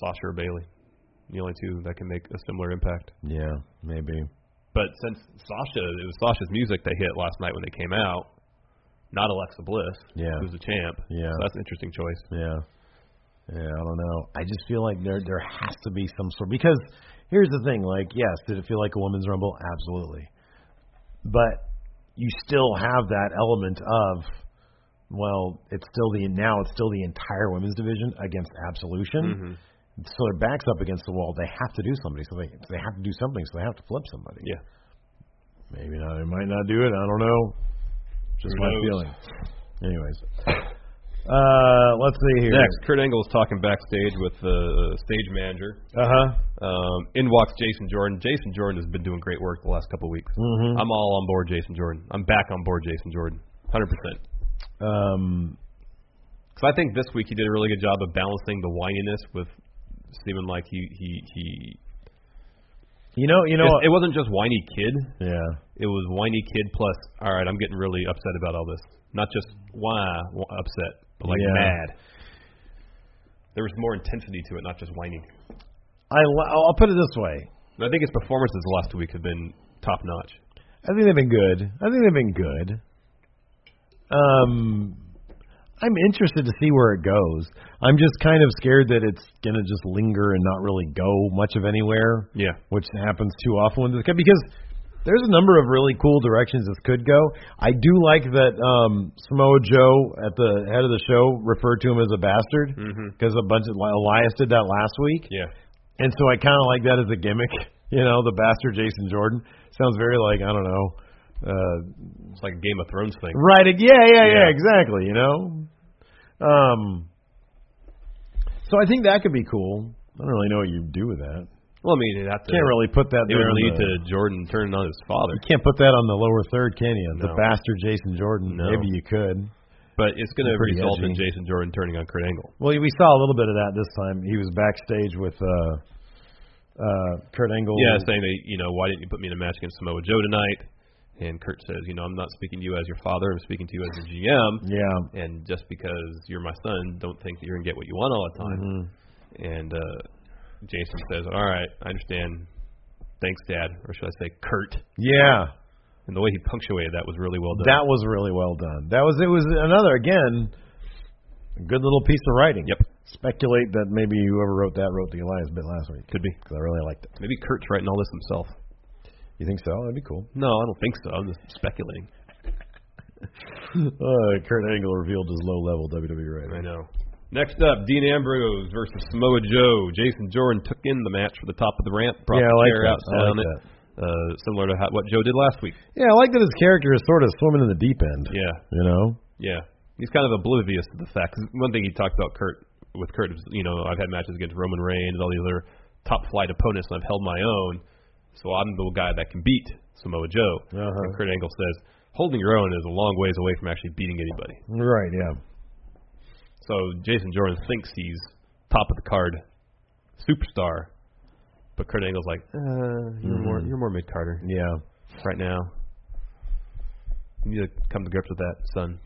S4: Sasha or Bailey, the only two that can make a similar impact.
S3: Yeah, maybe.
S4: But since Sasha, it was Sasha's music they hit last night when they came out, not Alexa Bliss,
S3: Yeah.
S4: who's the champ.
S3: Yeah.
S4: so that's an interesting choice.
S3: Yeah. Yeah, I don't know. I just feel like there there has to be some sort because here's the thing, like yes, did it feel like a women's rumble? Absolutely. But you still have that element of well, it's still the now it's still the entire women's division against
S4: Mm-hmm.
S3: Absolution. So their backs up against the wall. They have to do somebody. So they they have to do something. So they have to flip somebody.
S4: Yeah.
S3: Maybe not. They might not do it. I don't know. Just
S4: Who
S3: my
S4: knows?
S3: feeling. Anyways, uh, let's see here.
S4: Next, Kurt Angle is talking backstage with the stage manager.
S3: Uh huh.
S4: Um, in walks Jason Jordan. Jason Jordan has been doing great work the last couple of weeks.
S3: Mhm.
S4: I'm all on board Jason Jordan. I'm back on board Jason Jordan, 100. percent
S3: Um,
S4: Because I think this week he did a really good job of balancing the whininess with seeming like he he he.
S3: you know, you know,
S4: it wasn't just whiny kid.
S3: yeah.
S4: It was whiny kid plus. All right, I'm getting really upset about all this. Not just why upset, but like
S3: Yeah.
S4: mad. There was more intensity to it, not just whining.
S3: I li- I'll I'll put it this way.
S4: And I think his performances last week have been top notch.
S3: I think they've been good. I think they've been good. Um, I'm interested to see where it goes. I'm just kind of scared that it's gonna just linger and not really go much of anywhere.
S4: Yeah.
S3: which happens too often with this kid because there's a number of really cool directions this could go. I do like that um, Samoa Joe at the head of the show referred to him as a bastard because a bunch of Elias did that last week.
S4: Yeah.
S3: And so I kind of like that as a gimmick. [laughs] You know, the bastard Jason Jordan sounds very like I don't know. Uh,
S4: It's like a Game of Thrones thing.
S3: right? Yeah, yeah, yeah,
S4: Yeah.
S3: Exactly. You know. Um. So I think that could be cool. I don't really know what you do with that. Uh,
S4: Well, I mean, it have to,
S3: Can't really put that
S4: it
S3: there.
S4: would
S3: on
S4: lead
S3: the-
S4: to Jordan turning on his father.
S3: You can't put that on the lower third, can you? The
S4: No.
S3: bastard Jason Jordan.
S4: No.
S3: Maybe you could.
S4: But it's going to
S3: Pretty
S4: result in
S3: edgy.
S4: Jason Jordan turning on Kurt Angle.
S3: Well, we saw a little bit of that this time. He was backstage with uh, uh, Kurt Angle.
S4: Yeah, saying that you know why didn't you put me in a match against Samoa Joe tonight? And Kurt says, you know, I'm not speaking to you as your father. I'm speaking to you as a GM.
S3: Yeah.
S4: And just because you're my son, don't think that you're gonna get what you want all the time. And uh, Jason says, all right, I understand. Thanks, Dad, or should I say, Kurt?
S3: Yeah.
S4: And the way he punctuated that was really well done.
S3: That was really well done. That was it was another again a good little piece of writing.
S4: Yep.
S3: Speculate that maybe whoever wrote that wrote the Elias bit last week. Could be because I really liked it.
S4: Maybe Kurt's writing all this himself.
S3: You think so? That'd be cool.
S4: No, I don't think so. I'm just speculating.
S3: [laughs] Uh, Kurt Angle revealed his low level WWE E writing.
S4: I know. Next up, Dean Ambrose versus Samoa Joe. Jason Jordan took in the match for the top of the ramp, brought
S3: Yeah, I
S4: the
S3: like
S4: chair
S3: that.
S4: out,
S3: I
S4: sat
S3: like
S4: on it, uh, similar to how, what Joe did last week.
S3: Yeah, I like that his character is sort of swimming in the deep end.
S4: Yeah,
S3: You know.
S4: yeah. He's kind of oblivious to the fact. 'cause one thing he talked about Kurt with Kurt is, you know, I've had matches against Roman Reigns and all these other top flight opponents, and I've held my own, so I'm the guy that can beat Samoa Joe.
S3: Uh-huh.
S4: And Kurt Angle says holding your own is a long ways away from actually beating anybody.
S3: Right. Yeah.
S4: So Jason Jordan thinks he's top of the card superstar, but Kurt Angle's like, uh, you're
S3: Hmm.
S4: more
S3: Mm.
S4: you're more mid Carter
S3: Yeah.
S4: right now. You need to come to grips with that, son.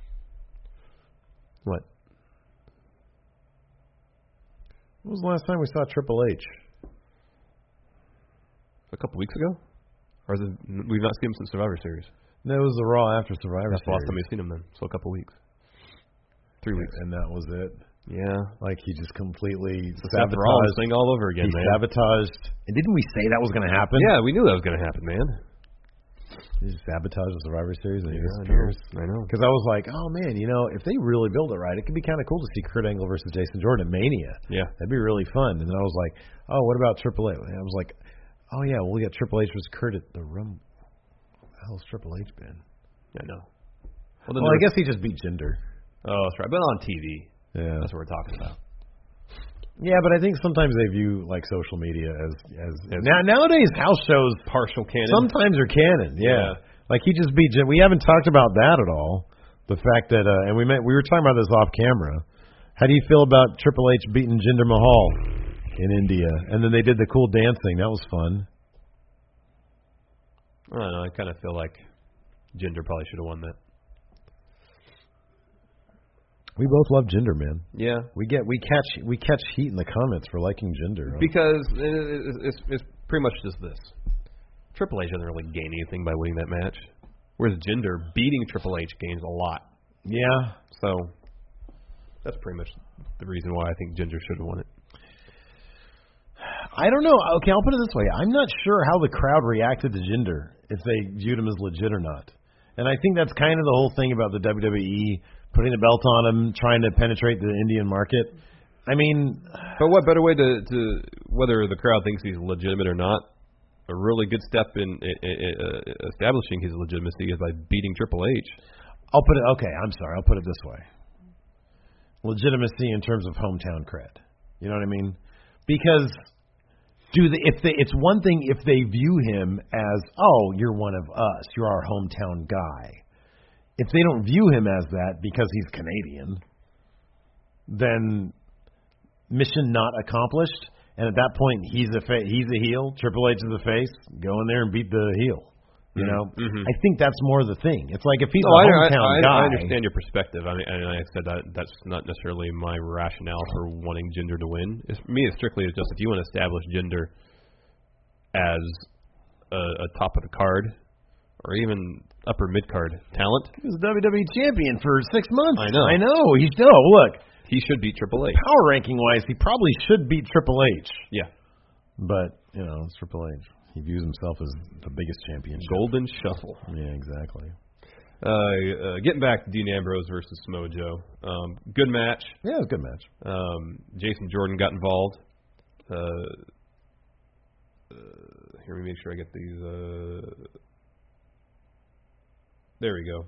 S4: What?
S3: When was the last time we saw Triple H?
S4: A couple weeks ago? Or is it, we've not seen him since Survivor Series.
S3: No, it was the Raw after Survivor
S4: That's the last
S3: Series.
S4: time we've seen him then. So a couple weeks. Three weeks.
S3: and that was it.
S4: Yeah.
S3: Like he just completely
S4: Seth Rollins
S3: sabotaged.
S4: thing all over again,
S3: He
S4: man.
S3: sabotaged. And didn't we say that was going to happen?
S4: yeah, we knew that was gonna happen, man.
S3: He sabotaged the Survivor Series and he
S4: Yeah, I
S3: disappears.
S4: know. I know.
S3: Because I was like, oh man, you know, if they really build it right, it could be kind of cool to see Kurt Angle versus Jason Jordan at Mania.
S4: Yeah.
S3: That'd be really fun. And then I was like, oh, what about Triple H? And I was like, oh yeah, we'll get Triple H versus Kurt at the Rumble. Where the hell's Triple H been?
S4: I know. Well, then
S3: Well, I
S4: there was-
S3: guess he just beat Jinder.
S4: Oh, that's right. But on TV.
S3: Yeah.
S4: That's what we're talking about.
S3: Yeah, but I think sometimes they view like social media as as,
S4: As-
S3: now nowadays house shows
S4: Partial canon.
S3: sometimes are canon. Yeah.
S4: Yeah.
S3: like he just beat. Jim. We haven't talked about that at all. The fact that uh, and we met, we were talking about this off camera. How do you feel about Triple H beating Jinder Mahal in India? And then they did the cool dance thing. That was fun.
S4: I don't know. I kind of feel like Jinder probably should have won that.
S3: We both love Jinder, man.
S4: Yeah,
S3: We get we catch we catch heat in the comments for liking Jinder.
S4: because it, it, it's, it's pretty much just this. Triple H doesn't really gain anything by winning that match, whereas Jinder beating Triple H gains a lot.
S3: yeah,
S4: So that's pretty much the reason why I think Jinder should have won it.
S3: I don't know. Okay, I'll put it this way. I'm not sure how the crowd reacted to Jinder, if they viewed him as legit or not. And I think that's kind of the whole thing about the WWE putting the belt on him, trying to penetrate the Indian market. I mean,
S4: But what better way to, to whether the crowd thinks he's legitimate or not? A really good step in, in, in uh, establishing his legitimacy is by beating Triple H.
S3: I'll put it. Okay, I'm sorry. I'll put it this way: legitimacy in terms of hometown cred. You know what I mean? Because do the if they it's one thing if they view him as oh you're one of us, you're our hometown guy. If they don't view him as that because he's Canadian, then mission not accomplished. And at that point, he's a fa- he's a heel. Triple H is a face. Go in there and beat the heel. You know, I think that's more the thing. It's like if he's
S4: Mm-hmm.
S3: a
S4: No, I, Oh,
S3: hometown
S4: I, I,
S3: guy,
S4: I understand your perspective. I mean, and I said that that's not necessarily my rationale for wanting Ginger to win. It's, for me, it's strictly just if you want to establish Ginger as a, a top of the card or even upper mid card talent,
S3: He was a WWE champion for six months.
S4: I know.
S3: I know. He's no look.
S4: he should beat Triple H.
S3: Power ranking wise, he probably should beat Triple H.
S4: Yeah,
S3: But you know, it's Triple H. He views himself as the biggest champion.
S4: Golden Shuffle.
S3: Yeah, exactly.
S4: Uh, uh, getting back to Dean Ambrose versus Samoa Joe. Um, good match.
S3: Yeah, it was a good match.
S4: Um, Jason Jordan got involved. Uh, uh, here, let me make sure I get these. Uh, there we go.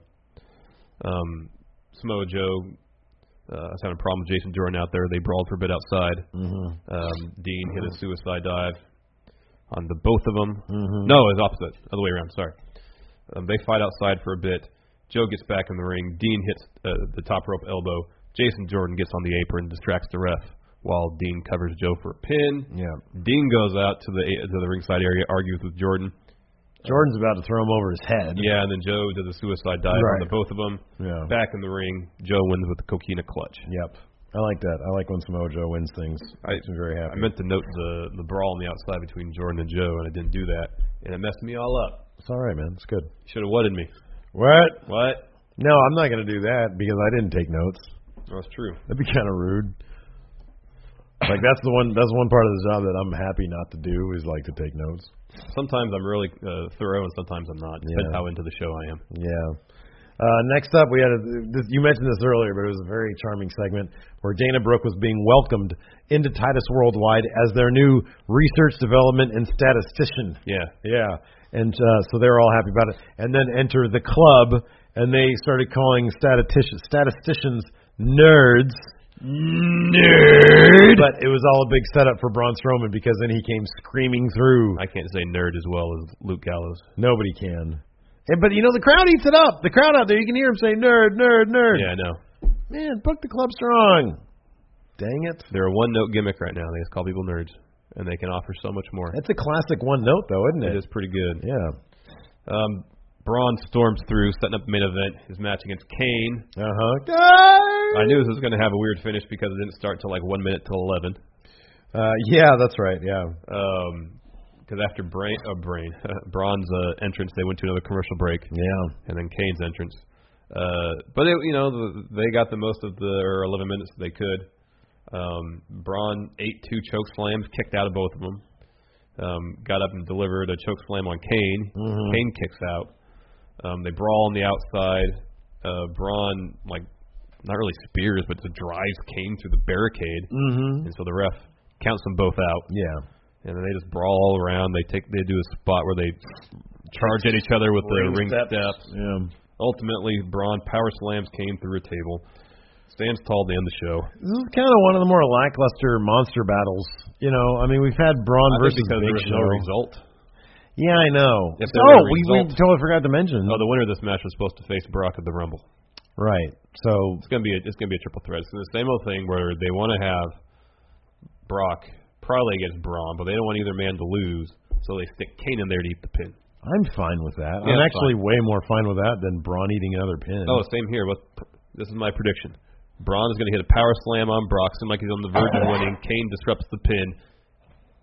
S4: Um, Samoa Joe uh, was having a problem with Jason Jordan out there. They brawled for a bit outside. Mm-hmm. Um, Dean hit a suicide dive on the both of them. Mm-hmm. No, it was opposite. Other way around. Sorry. Um, they fight outside for a bit. Joe gets back in the ring. Dean hits uh, the top rope elbow. Jason Jordan gets on the apron, distracts the ref, while Dean covers Joe for a pin.
S3: Yeah.
S4: Dean goes out to the to the ringside area, argues with Jordan.
S3: Jordan's about to throw him over his head.
S4: Yeah, and then Joe does a suicide dive
S3: Right.
S4: on the both of them.
S3: Yeah.
S4: Back in the ring, Joe wins with the coquina clutch.
S3: Yep. I like that. I like when Samoa Joe wins things.
S4: I-
S3: Makes me very
S4: I
S3: happy.
S4: meant to note the the brawl on the outside between Jordan and Joe, and I didn't do that, and it messed me all up.
S3: it's all right, man. It's good.
S4: Should have wutted me.
S3: What?
S4: What?
S3: No, I'm not going to do that because I didn't take notes.
S4: That's true.
S3: That'd be kind of rude. Like that's the one. That's one part of the job that I'm happy not to do is like to take notes.
S4: Sometimes I'm really uh, thorough, and sometimes I'm not. Depends
S3: Yeah.
S4: how into the show I am.
S3: Yeah. Uh, next up, we had a, this, you mentioned this earlier, but it was a very charming segment where Dana Brooke was being welcomed into Titus Worldwide as their new research, development, and statistician.
S4: Yeah.
S3: Yeah, and uh, so they were all happy about it. And then enter the club, and they started calling statisticians, statisticians nerds. Nerd. But it was all a big setup for Braun Strowman because then he came screaming through.
S4: I can't say nerd as well as Luke Gallows.
S3: Nobody can. And, but you know the crowd eats it up. The crowd out there, you can hear him say nerd, nerd, nerd.
S4: Yeah, I know.
S3: Man, book the club strong. Dang it.
S4: They're a one note gimmick right now. They just call people nerds, and they can offer so much more.
S3: That's a classic one note though, isn't it?
S4: It is pretty good.
S3: Yeah.
S4: Um, Braun storms through, setting up the main event, his match against Kane.
S3: Uh huh.
S4: I knew this was going to have a weird finish because it didn't start till like one minute till eleven.
S3: Uh, yeah, that's right. Yeah.
S4: Because Um, after Brain, uh, Brain, [laughs] Braun's uh, entrance, they went to another commercial break.
S3: Yeah.
S4: and then Kane's entrance. Uh, but it, you know the, they got the most of the or 11 minutes they could. Um, Braun ate two choke slams, kicked out of both of them. Um, got up and delivered a choke slam on Kane. Kane kicks out. Um, they brawl on the outside. Uh, Braun like not really spears, but just drives Kane through the barricade, mm-hmm. and so the ref counts them both out
S3: Yeah.
S4: and then they just brawl all around. They take they do a spot where they charge at each other with the ring steps.
S3: Yeah.
S4: Ultimately, Braun power slams Kane through a table. Stands tall to end the show.
S3: This is kind of one of the more lackluster monster battles. You know, I mean, we've had Braun
S4: I think
S3: versus
S4: because
S3: Big
S4: there was
S3: Show.
S4: no result.
S3: Yeah, I know.
S4: If there
S3: oh,
S4: were a
S3: we, we
S4: result-
S3: totally forgot to mention.
S4: No, the winner of this match was supposed to face Brock at the Rumble.
S3: Right. So
S4: It's gonna be a, it's gonna be a triple threat. It's the same old thing where they want to have Brock probably against Braun, but they don't want either man to lose, so they stick Kane in there to eat the pin.
S3: I'm fine with that.
S4: Yeah,
S3: I'm
S4: that's
S3: actually way more fine with that than Braun eating another pin.
S4: Oh, same here. What? This is my prediction. Braun is going to hit a power slam on Brock. Seems like he's on the verge of winning. Kane disrupts the pin.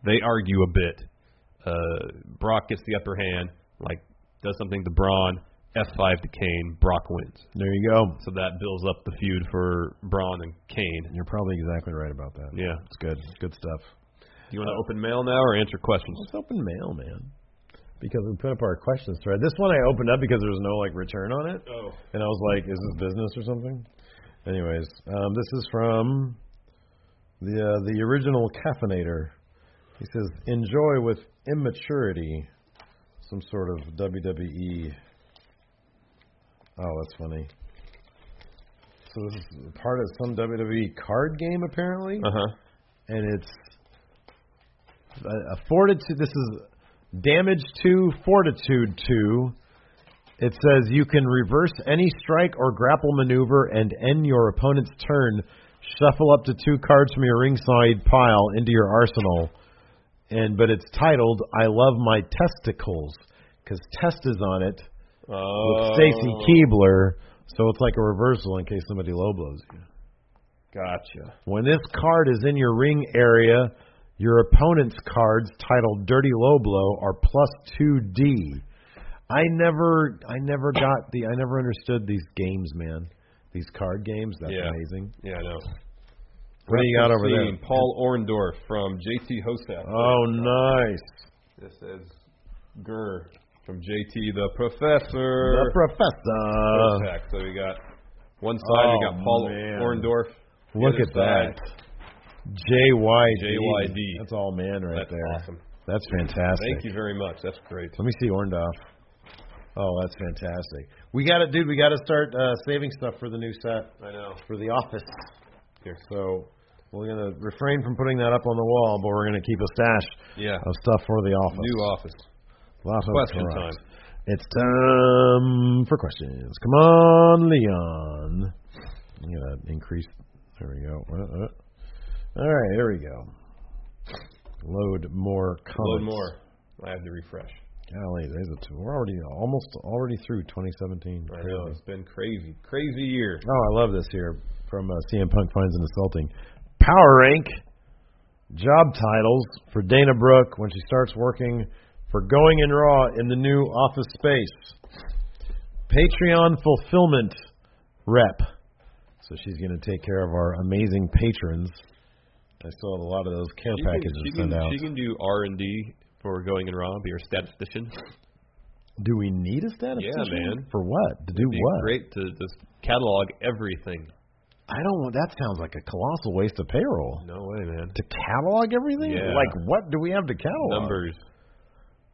S4: They argue a bit. Uh, Brock gets the upper hand. Like does something to Braun. F5 to Kane. Brock wins.
S3: there you go.
S4: So that builds up the feud for Braun and Kane.
S3: You're probably exactly right about that.
S4: Yeah.
S3: It's good. It's good stuff.
S4: Do you want to open mail now or answer questions?
S3: It's open mail, man. because we put up our questions thread. This one I opened up because there was no like return on it,
S4: Oh.
S3: and I was like, "Is this business or something?" Anyways, um, this is from the uh, the original caffeinator. He says, "Enjoy with immaturity." Some sort of WWE. Oh, that's funny. So this is part of some WWE card game apparently
S4: Uh huh.
S3: and it's uh, fortitude. This is damage to fortitude two. It says you can reverse any strike or grapple maneuver and end your opponent's turn. Shuffle up to two cards from your ringside pile into your arsenal, and but it's titled "I Love My Testicles" because test is on it with
S4: Oh.
S3: Stacy Keebler, so it's like a reversal in case somebody low blows you.
S4: Gotcha.
S3: When this card is in your ring area, your opponent's cards titled Dirty Low Blow are plus 2D. I never I never got the I never understood these games, man. These card games, that's
S4: Yeah.
S3: amazing.
S4: Yeah, I know.
S3: What do you got over
S4: Scene,
S3: there?
S4: Paul Orndorff from JT Hosap.
S3: Oh, nice.
S4: This is Gurr from JT the Professor.
S3: The professor.
S4: Hosap. So we got one side, we got
S3: Oh,
S4: Paul
S3: man.
S4: Orndorff. the
S3: Look
S4: other
S3: at that.
S4: side.
S3: JYD.
S4: JYD.
S3: That's all man right
S4: That's
S3: there.
S4: awesome.
S3: That's fantastic.
S4: Thank you very much. That's great.
S3: Let me see Orndorff. Oh, that's fantastic. We got to, dude. We got to start uh, saving stuff for the new set
S4: I know.
S3: for the office.
S4: Here.
S3: So we're gonna refrain from putting that up on the wall, but we're gonna keep a stash
S4: Yeah.
S3: of stuff for the office.
S4: New office.
S3: Lots of
S4: Question
S3: correct.
S4: time.
S3: It's time for questions. Come on, Leon. I'm gonna increase. There we go. Uh, uh. All right, there we go. Load more comments.
S4: Load more. I have to refresh.
S3: Golly, there's a two. We're already almost already through 2017.
S4: I know.
S3: Crazy.
S4: It's been crazy. Crazy year.
S3: Oh, I love this here from uh, CM Punk finds an assaulting power rank job titles for Dana Brooke when she starts working for Going in Raw in the new office space. Patreon fulfillment rep. So she's going to take care of our amazing patrons. I still have a lot of those care
S4: She can,
S3: packages
S4: she,
S3: to send
S4: can,
S3: out.
S4: she can do R and D for going in raw. Be your statistician.
S3: Do we need a statistician?
S4: man.
S3: For what? To do
S4: Be
S3: what?
S4: great to just catalog everything.
S3: I don't want. That sounds like a colossal waste of payroll.
S4: No way, man.
S3: to catalog everything?
S4: Yeah.
S3: Like what do we have to catalog?
S4: Numbers.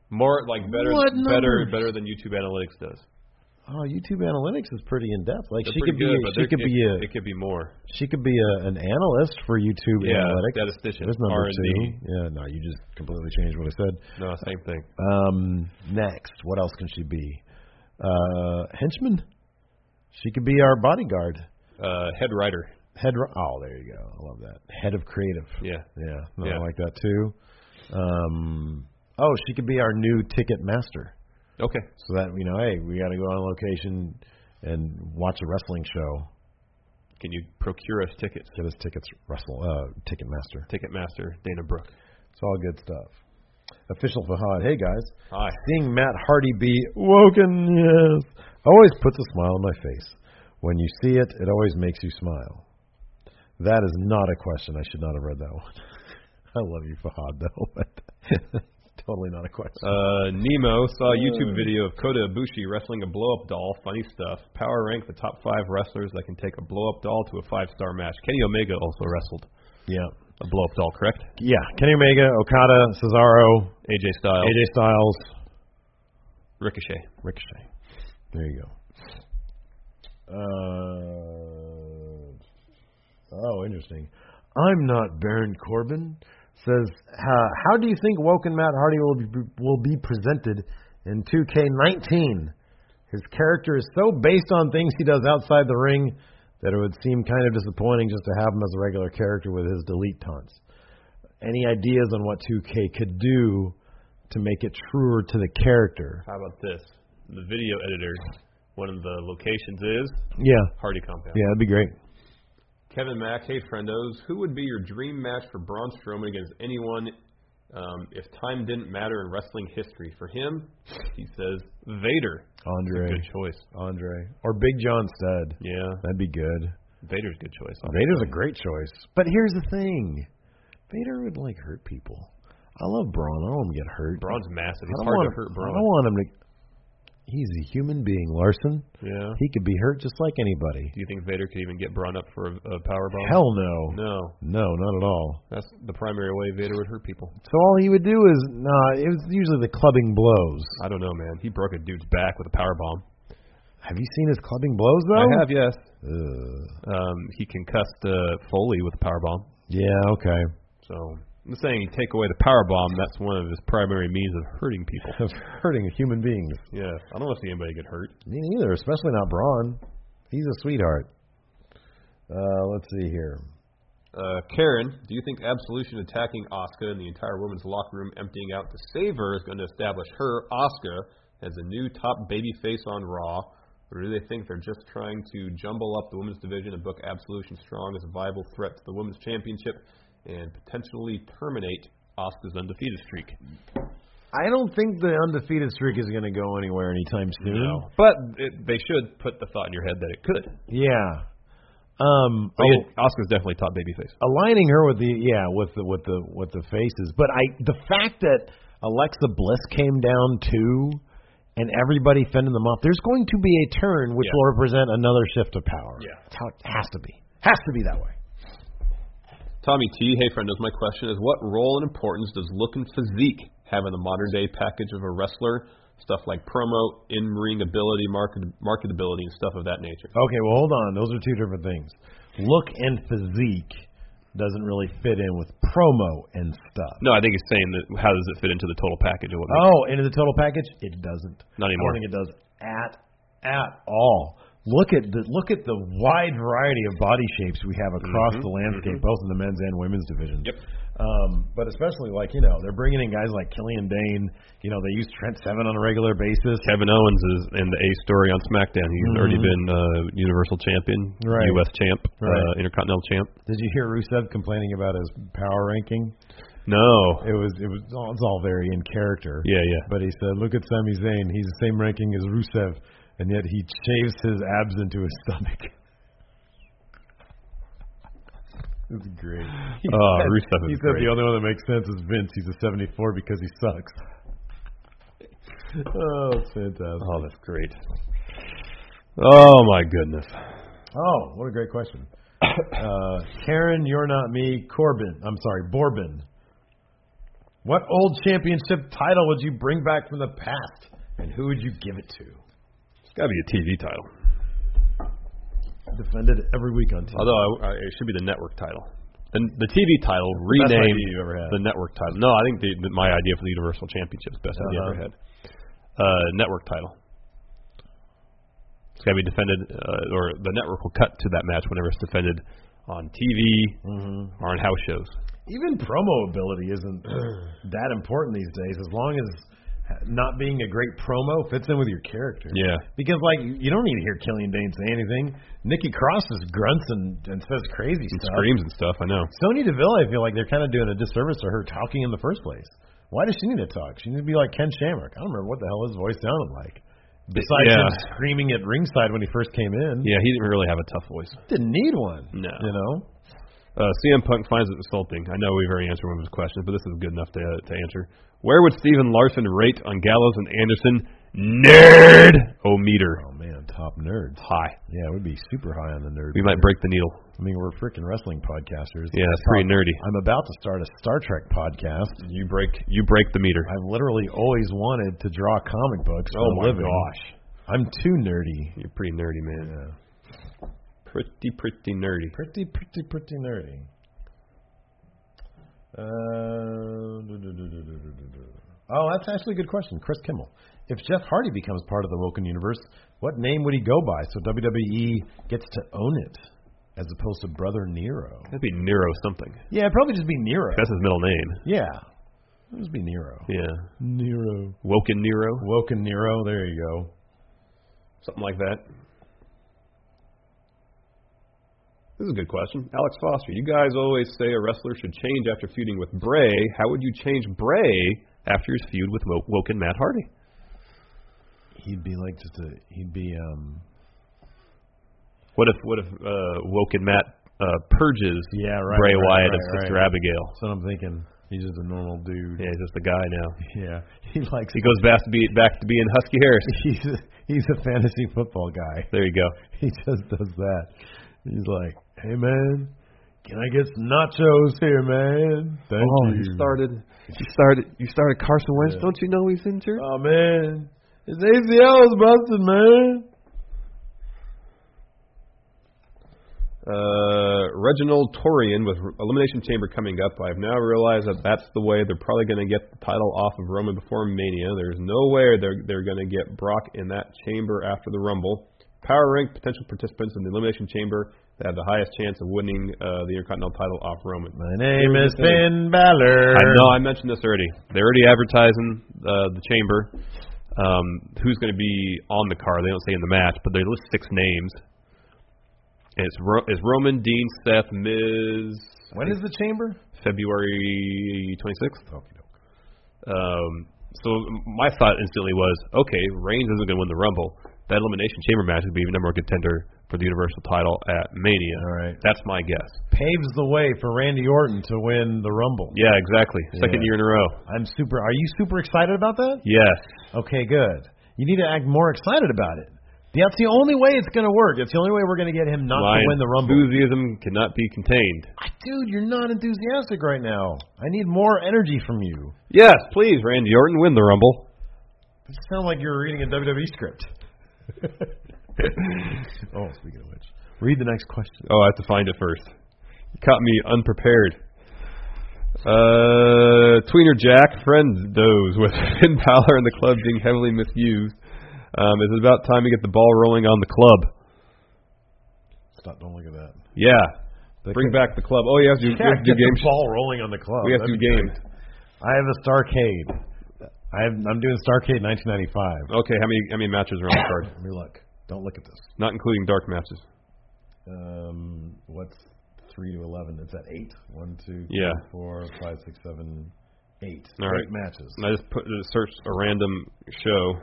S4: More like better,
S3: What
S4: better,
S3: numbers?
S4: better than YouTube Analytics does.
S3: Oh, YouTube analytics is pretty in depth. Like
S4: They're
S3: she
S4: pretty
S3: could
S4: good,
S3: be
S4: but
S3: she
S4: there-
S3: could
S4: it,
S3: be a
S4: it could be more.
S3: she could be a, an analyst for YouTube
S4: Yeah,
S3: analytics.
S4: statistician,
S3: There's number
S4: R&D.
S3: 2 Yeah, no, you just completely changed what I said.
S4: No, same thing.
S3: Um next, what else can she be? Uh henchman? She could be our bodyguard.
S4: Uh, head writer.
S3: Head ri- Oh, there you go. I love that. Head of creative.
S4: Yeah.
S3: Yeah, no, I
S4: Yeah.
S3: like that too. Um oh, she could be our new ticket master.
S4: Okay.
S3: so that you know, hey, we got to go on location and watch a wrestling show.
S4: Can you procure us tickets?
S3: Get us tickets, wrestle uh, Ticketmaster.
S4: Ticketmaster Dana Brooke.
S3: It's all good stuff. Official Fahad, hey guys,
S4: Hi.
S3: seeing Matt Hardy be woken, yes, always puts a smile on my face. When you see it, it always makes you smile. That is not a question. I should not have read that one. [laughs] I love you, Fahad, though, [laughs] but totally not a question.
S4: Uh, Nemo saw a YouTube video of Kota Ibushi wrestling a blow-up doll. Funny stuff. Power rank the top five wrestlers that can take a blow-up doll to a five-star match. Kenny Omega also wrestled
S3: yeah,
S4: a blow-up doll, correct?
S3: yeah. Kenny Omega, Okada, Cesaro,
S4: AJ Styles,
S3: AJ Styles,
S4: Ricochet.
S3: Ricochet. There you go. Uh, oh, interesting. I'm not Baron Corbin. Says, uh, how do you think Woke and Matt Hardy will be, will be presented in 2K19? His character is so based on things he does outside the ring that it would seem kind of disappointing just to have him as a regular character with his delete taunts. Any ideas on what 2K could do to make it truer to the character?
S4: How about this? The video editor. One of the locations is
S3: Yeah,
S4: Hardy Compound.
S3: Yeah, that'd be great.
S4: Kevin Mack, hey friendos, who would be your dream match for Braun Strowman against anyone um, if time didn't matter in wrestling history? For him, he says Vader.
S3: Andre.
S4: Good choice.
S3: Andre. Or Big John Studd.
S4: Yeah,
S3: That'd be good.
S4: Vader's a good choice.
S3: Vader's a great choice. But here's the thing. Vader would like hurt people. I love Braun. I don't want him to get hurt.
S4: Braun's
S3: I
S4: massive. It's
S3: don't
S4: hard
S3: want
S4: to
S3: him-
S4: hurt
S3: I
S4: Braun.
S3: don't want him to. He's a human being, Larson.
S4: Yeah.
S3: He could be hurt just like anybody.
S4: Do you think Vader could even get Braun up for a, a power bomb?
S3: Hell no.
S4: No,
S3: No, not at all.
S4: that's the primary way Vader would hurt people.
S3: So all he would do is nah. It was usually the clubbing blows.
S4: I don't know, man. He broke a dude's back with a power bomb.
S3: Have you seen his clubbing blows though?
S4: I have, yes.
S3: Ugh.
S4: Um, he concussed uh, Foley with a power bomb.
S3: Yeah. Okay. [laughs]
S4: So I'm saying you take away the power bomb. That's one of his primary means of hurting people. [laughs]
S3: Of hurting human beings.
S4: yeah, I don't want to see anybody get hurt.
S3: Me neither. Especially not Braun. He's a sweetheart. Uh, let's see here.
S4: Uh, Karen, do you think Absolution attacking Asuka and the entire women's locker room emptying out to save her is going to establish her, Asuka, as the new top babyface on Raw? Or do they think they're just trying to jumble up the women's division and book Absolution strong as a viable threat to the women's championship and potentially terminate Asuka's undefeated streak?
S3: I don't think the undefeated streak is going to go anywhere anytime soon.
S4: Mm-hmm. But it, they should put the thought in your head that it could.
S3: Yeah. Um. oh,
S4: But Oh, yeah, Asuka's definitely top babyface.
S3: aligning her with the yeah with the with the with the faces. But I the fact that Alexa Bliss came down too, and everybody fending them off. There's going to be a turn which
S4: Yeah.
S3: will represent another shift of power.
S4: Yeah.
S3: That's how it has to be. Has to be that way.
S4: Tommy T, hey friend, my question is what role and importance does look and physique have in the modern day package of a wrestler? Stuff like promo, in ring ability, market, marketability, and stuff of that nature.
S3: Okay, well hold on. Those are two different things. Look and physique doesn't really fit in with promo and stuff.
S4: No, I think he's saying that how does it fit into the total package? Of what makes-
S3: Oh, into the total package? It doesn't.
S4: Not
S3: I don't
S4: anymore.
S3: think it does at at all. Look at the look at the wide variety of body shapes we have across the landscape, both in the men's and women's divisions.
S4: Mm-hmm. Yep.
S3: Um, but especially like you know they're bringing in guys like Killian Dane. You know they use Trent Seven on a regular basis.
S4: Kevin Owens is in the A story on SmackDown. He's already been uh, Universal Champion,
S3: Right.
S4: U.S. Champ,
S3: Right.
S4: uh, Intercontinental Champ.
S3: Did you hear Rusev complaining about his power ranking?
S4: No.
S3: It was it was all, it's all very in character.
S4: Yeah, yeah.
S3: But he said, look at Sami Zayn. He's the same ranking as Rusev, and yet he shaves his abs into his stomach. [laughs] That's great. He
S4: Oh, Rusev
S3: he
S4: is
S3: said
S4: great.
S3: the only one that makes sense is Vince. He's a 74 because he sucks. [laughs] oh, it's fantastic.
S4: Oh, that's great. Oh, my goodness.
S3: Oh, what a great question. Uh, Karen, you're not me. Corbin, I'm sorry, Borbin. What old championship title would you bring back from the past, and who would you give it to?
S4: It's got to be a TV title.
S3: Defended every week on TV.
S4: Although I, I, it should be the network title. The, the TV title
S3: best
S4: renamed
S3: idea you've ever had.
S4: the network title. No, I think the, the, my idea for the Universal Championship's best idea I ever
S3: Uh-huh.
S4: had. Uh, network title. It's got to be defended, uh, or the network will cut to that match whenever it's defended on TV or on house shows.
S3: Even promo ability isn't [clears throat] that important these days, as long as not being a great promo fits in with your character.
S4: Yeah.
S3: Because like you you don't need to hear Killian Dane say anything. Nikki Cross just grunts and, and says crazy
S4: And
S3: stuff.
S4: screams and stuff, I know.
S3: Sonya Deville, I feel like they're kind of doing a disservice to her talking in the first place. Why does she need to talk? She needs to be like Ken Shamrock. I don't remember what the hell his voice sounded like. Besides
S4: yeah.
S3: him screaming at ringside when he first came in,
S4: Yeah, he didn't really have a tough voice.
S3: didn't need one.
S4: No.
S3: you know.
S4: Uh, CM Punk finds it insulting. I know we've already answered one of his questions, but this is good enough to, to answer. Where would Steven Larson rate on Gallows and Anderson? Nerd o meter
S3: Oh man, top nerds.
S4: high.
S3: Yeah, we'd be super high on the nerd.
S4: We might break the needle.
S3: I mean, we're freaking wrestling podcasters.
S4: Yeah, it's pretty nerdy.
S3: I'm about to start a Star Trek podcast.
S4: You break you break the meter.
S3: I've literally always wanted to draw comic books. For
S4: Oh
S3: a
S4: my
S3: living.
S4: gosh.
S3: I'm too nerdy.
S4: You're pretty nerdy, man.
S3: Yeah,
S4: Pretty pretty nerdy.
S3: pretty, pretty, pretty nerdy. Uh, do, do, do, do, do, do, do, do. oh, that's actually a good question. Chris Kimmel. If Jeff Hardy becomes part of the Woken universe, what name would he go by so WWE gets to own it as opposed to Brother Nero?
S4: That'd be Nero something.
S3: Yeah, it'd probably just be Nero.
S4: That's his middle name.
S3: Yeah. It would be Nero.
S4: Yeah.
S3: Nero.
S4: Woken Nero,
S3: Woken Nero. There you go.
S4: something like that. This is a good question. Alex Foster, you guys always say a wrestler should change after feuding with Bray. How would you change Bray after his feud with Wo- Woken Matt Hardy?
S3: He'd be like just a. He'd be um.
S4: What if what if uh, Woken Matt uh, purges
S3: Yeah, right,
S4: Bray
S3: right,
S4: Wyatt
S3: right,
S4: and Sister
S3: right.
S4: Abigail?
S3: So I'm thinking. He's just a normal dude.
S4: Yeah, he's just a guy now.
S3: Yeah. [laughs] He likes
S4: [laughs] He goes back to be back to being Husky Harris.
S3: [laughs] he's a, he's a fantasy football guy.
S4: [laughs]
S3: [laughs]
S4: There you go.
S3: He just does that. He's like, "Hey man, can I get some nachos here, man? Thank Oh, you."
S4: You started. You started Carson Wentz.
S3: Yeah.
S4: Don't you know he's injured?
S3: Oh man, his ACL is busted, man.
S4: Uh, Reginald Torian with Elimination Chamber coming up. I've now realized that that's the way they're probably going to get the title off of Roman before Mania. There's no way they're they're going to get Brock in that chamber after the Rumble. Power rank potential participants in the Elimination Chamber that have the highest chance of winning uh, the Intercontinental title off Roman.
S3: My name is Finn Balor.
S4: I know I mentioned this already. They're already advertising uh, the chamber. Um, who's going to be on the card? They don't say in the match, but they list six names. And It's, Ro- it's Roman, Dean, Seth, Miz.
S3: When is the chamber?
S4: February 26th. Um, so my thought instantly was, okay, Reigns isn't going to win the Rumble. That Elimination Chamber match would be the number one contender for the Universal title at Mania.
S3: All right.
S4: That's my guess.
S3: Paves the way for Randy Orton to win the Rumble.
S4: Yeah, exactly. Second
S3: Yeah.
S4: year in a row.
S3: I'm super. Are you super excited about that?
S4: Yes.
S3: Okay, good. You need to act more excited about it. That's the only way it's going to work. It's the only way we're going to get him not to
S4: My
S3: win the Rumble.
S4: enthusiasm cannot be contained.
S3: Dude, you're not enthusiastic right now. I need more energy from you.
S4: Yes, please, Randy Orton, win the Rumble.
S3: You sound like you're reading a WWE script. [laughs] oh, speaking of which, read the next question.
S4: Oh, I have to find it first. You caught me unprepared. Uh, Tweener Jack, friend those with [laughs] Finn Balor and the club being heavily misused. Um, it's about time to get the ball rolling on the club.
S3: Stop! Don't look at that.
S4: Yeah, bring back the club. Oh, you have to, you have to do
S3: get
S4: game.
S3: the ball rolling on the club.
S4: We have to do
S3: That'd be
S4: games.
S3: great. I have a Starcade. I have, I'm doing Starcade 1995.
S4: Okay, how many how many matches are on the card?
S3: Let me look. Don't look at this.
S4: Not including dark matches.
S3: Um, what's three to eleven? It's at eight. One, two, three,
S4: Yeah.
S3: four, five, six, seven, eight.
S4: All
S3: Eight
S4: right.
S3: matches.
S4: And I just put searched a random show.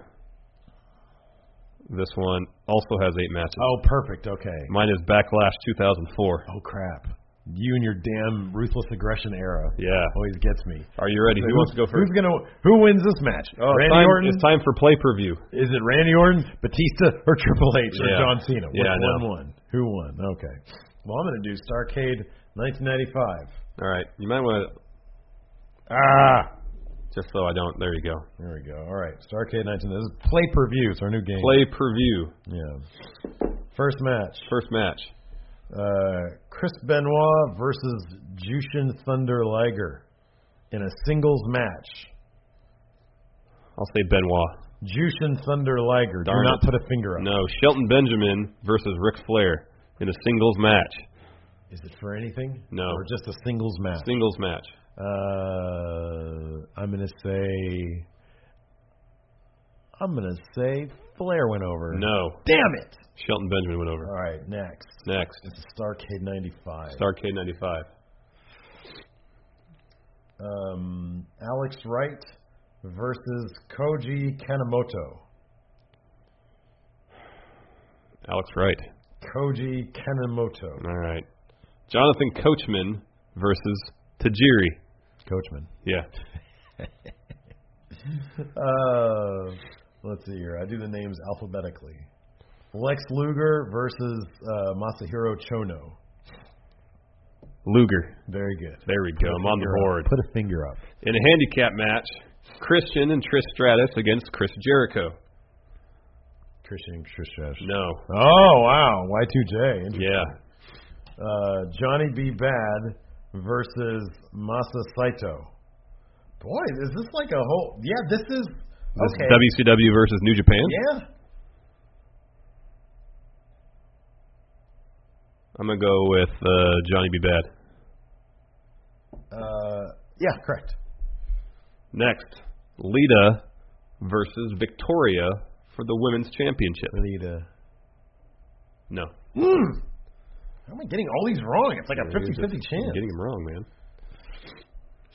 S4: This one also has eight matches.
S3: Oh, perfect. Okay.
S4: Mine is Backlash 2004.
S3: Oh crap! You and your damn ruthless aggression era.
S4: Yeah.
S3: always gets me.
S4: Are you ready? Who wants to go first?
S3: Who's gonna? Who wins this match?
S4: Oh,
S3: Randy
S4: it's time,
S3: Orton?
S4: It's time for play per view.
S3: Is it Randy Orton, Batista, or Triple H or
S4: Yeah.
S3: John Cena? Which
S4: Yeah, I
S3: one
S4: know.
S3: won? Who won? Okay. Well, I'm gonna do Starcade 1995.
S4: All right, you might want to
S3: Ah.
S4: just so I don't. There you go.
S3: There we go. All right, Starcade 19. This is play per view. It's our new game.
S4: Play per view.
S3: Yeah. First match.
S4: First match.
S3: Uh, Chris Benoit versus Jushin Thunder Liger in a singles match.
S4: I'll say Benoit.
S3: Jushin Thunder Liger.
S4: Darn
S3: Do not
S4: it.
S3: put a finger up.
S4: No, Shelton Benjamin versus Ric Flair in a singles match.
S3: Is it for anything?
S4: No.
S3: Or just a singles match?
S4: Singles match.
S3: uh, I'm gonna say. I'm gonna say Flair went over.
S4: No,
S3: Damn it!
S4: Shelton Benjamin went over.
S3: All right, next.
S4: Next,
S3: This is Starcade '95.
S4: Starcade '95.
S3: um, Alex Wright versus Koji Kanemoto.
S4: Alex Wright.
S3: Koji Kanemoto.
S4: All right. Jonathan Coachman versus Tajiri.
S3: Coachman.
S4: Yeah.
S3: Uh, let's see here. I do the names alphabetically. Lex Luger versus uh, Masahiro Chono.
S4: Luger.
S3: Very good.
S4: There we go. I'm on the
S3: Finger up.
S4: board.
S3: Put a finger up.
S4: In a handicap match, Christian and Trish Stratus against Chris Jericho.
S3: Christian Trishash.
S4: No.
S3: Oh wow, Y2J. Interesting.
S4: Yeah.
S3: Uh, Johnny B. Bad versus Masa Saito. Boy, is this like a whole? Yeah, this is
S4: This
S3: okay.
S4: is WCW versus New Japan.
S3: yeah,
S4: I'm gonna go with uh, Johnny B. Bad.
S3: uh, yeah, correct.
S4: Next, Lita versus Victoria for the women's championship.
S3: Lita.
S4: No,
S3: Hmm. How am I getting all these wrong? It's like a 50-50
S4: I'm
S3: chance.
S4: getting them wrong, man.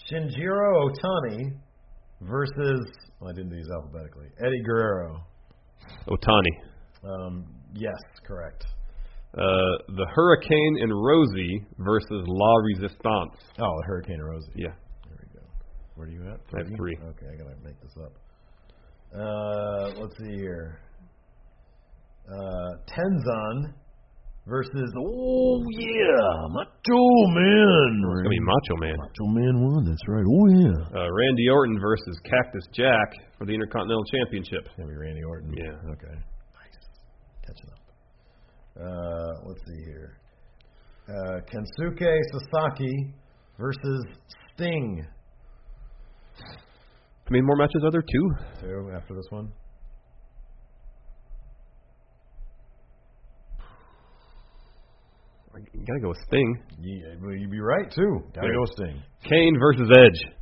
S3: Shinjiro Otani versus well, I didn't do these alphabetically. Eddie Guerrero.
S4: Otani,
S3: Um, yes, correct.
S4: uh, the Hurricane and Rosie versus La Resistance.
S3: Oh, Hurricane Rosie.
S4: Yeah.
S3: There we go. Where are you at?
S4: I have three.
S3: Okay, I gotta make this up. Uh, let's see here. Uh, Tenzon versus oh yeah, Macho Man.
S4: I mean, Macho Man.
S3: Macho Man won. That's right. Oh yeah.
S4: Uh, Randy Orton versus Cactus Jack for the Intercontinental Championship.
S3: It's gonna be Randy Orton.
S4: Yeah.
S3: Okay. Nice. Catching up. Uh, let's see here. Uh, Kensuke Sasaki versus Sting.
S4: I mean, more matches are there? Two?
S3: Two after this one.
S4: You gotta go with Sting.
S3: Yeah, well, you'd be right too. Gotta
S4: Yeah.
S3: go Sting.
S4: Kane versus Edge.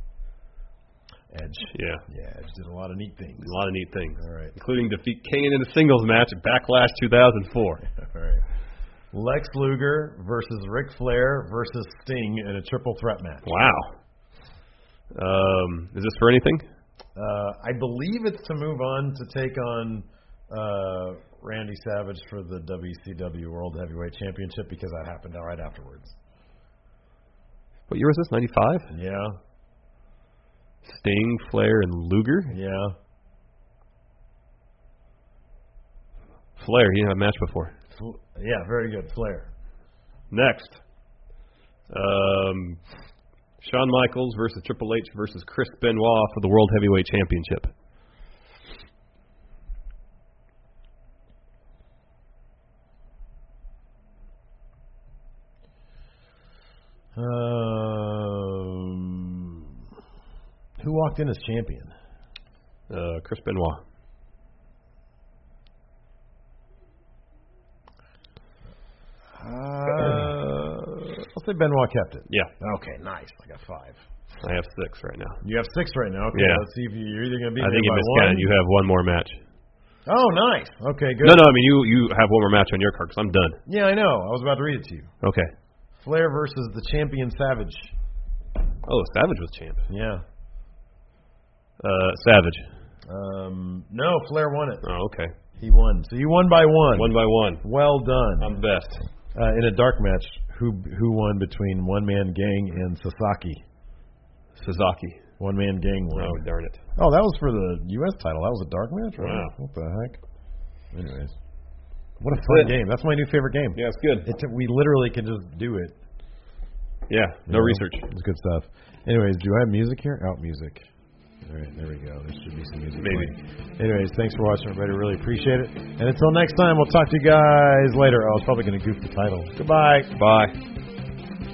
S3: Edge.
S4: Yeah.
S3: Yeah, Edge did a lot of neat things.
S4: A lot of neat things.
S3: All right. [laughs]
S4: Including defeat Kane in a singles match at Backlash 2004.
S3: All right. Lex Luger versus Ric Flair versus Sting in a triple threat match.
S4: Wow. Um, is this for anything?
S3: Uh, I believe it's to move on to take on uh, Randy Savage for the WCW World Heavyweight Championship because that happened right afterwards.
S4: What year was this? 95?
S3: Yeah,
S4: Sting, Flair, and Luger?
S3: yeah.
S4: Flair, he didn't have a match before.
S3: Fl- Yeah, very good. Flair.
S4: Next. Um, Shawn Michaels versus Triple H versus Chris Benoit for the World Heavyweight Championship.
S3: Um, who walked in as champion?
S4: Uh, Chris Benoit.
S3: Uh, I'll say Benoit kept it.
S4: Yeah,
S3: Okay, nice. I got five.
S4: I have six right now.
S3: You have six right now. Okay,
S4: Yeah.
S3: let's see if you- you're either going to be
S4: I think you
S3: by
S4: miscounted.
S3: one.
S4: You have one more match.
S3: oh, nice. Okay, good.
S4: No, no, I mean you you have one more match on your card because I'm done.
S3: Yeah, I know. I was about to read it to you.
S4: Okay.
S3: Flair versus the champion Savage.
S4: Oh, Savage was champ.
S3: Yeah.
S4: Uh, Savage.
S3: Um, no, Flair won it.
S4: Oh, okay.
S3: He won. So you won by one.
S4: One Um, by one.
S3: Well done.
S4: I'm the best.
S3: uh, in a dark match, who who won between One Man Gang and Sasaki?
S4: Suzuki.
S3: One Man Gang won.
S4: Oh, darn it.
S3: Oh, that was for the U.S. title. That was a dark match. wasn't
S4: Wow.
S3: it? What the heck? Anyways, what a fun
S4: it.
S3: game. That's my new favorite game.
S4: Yeah, it's good.
S3: It's, we literally can just do it.
S4: Yeah, no
S3: you know?
S4: research.
S3: It's good stuff. Anyways, do I have music here? Out music. All right, there we go. There should be some music.
S4: Maybe.
S3: playing. Anyways, thanks for watching, everybody. Really appreciate it. And until next time, we'll talk to you guys later. Oh, I was probably going to goof the title. Goodbye.
S4: Bye.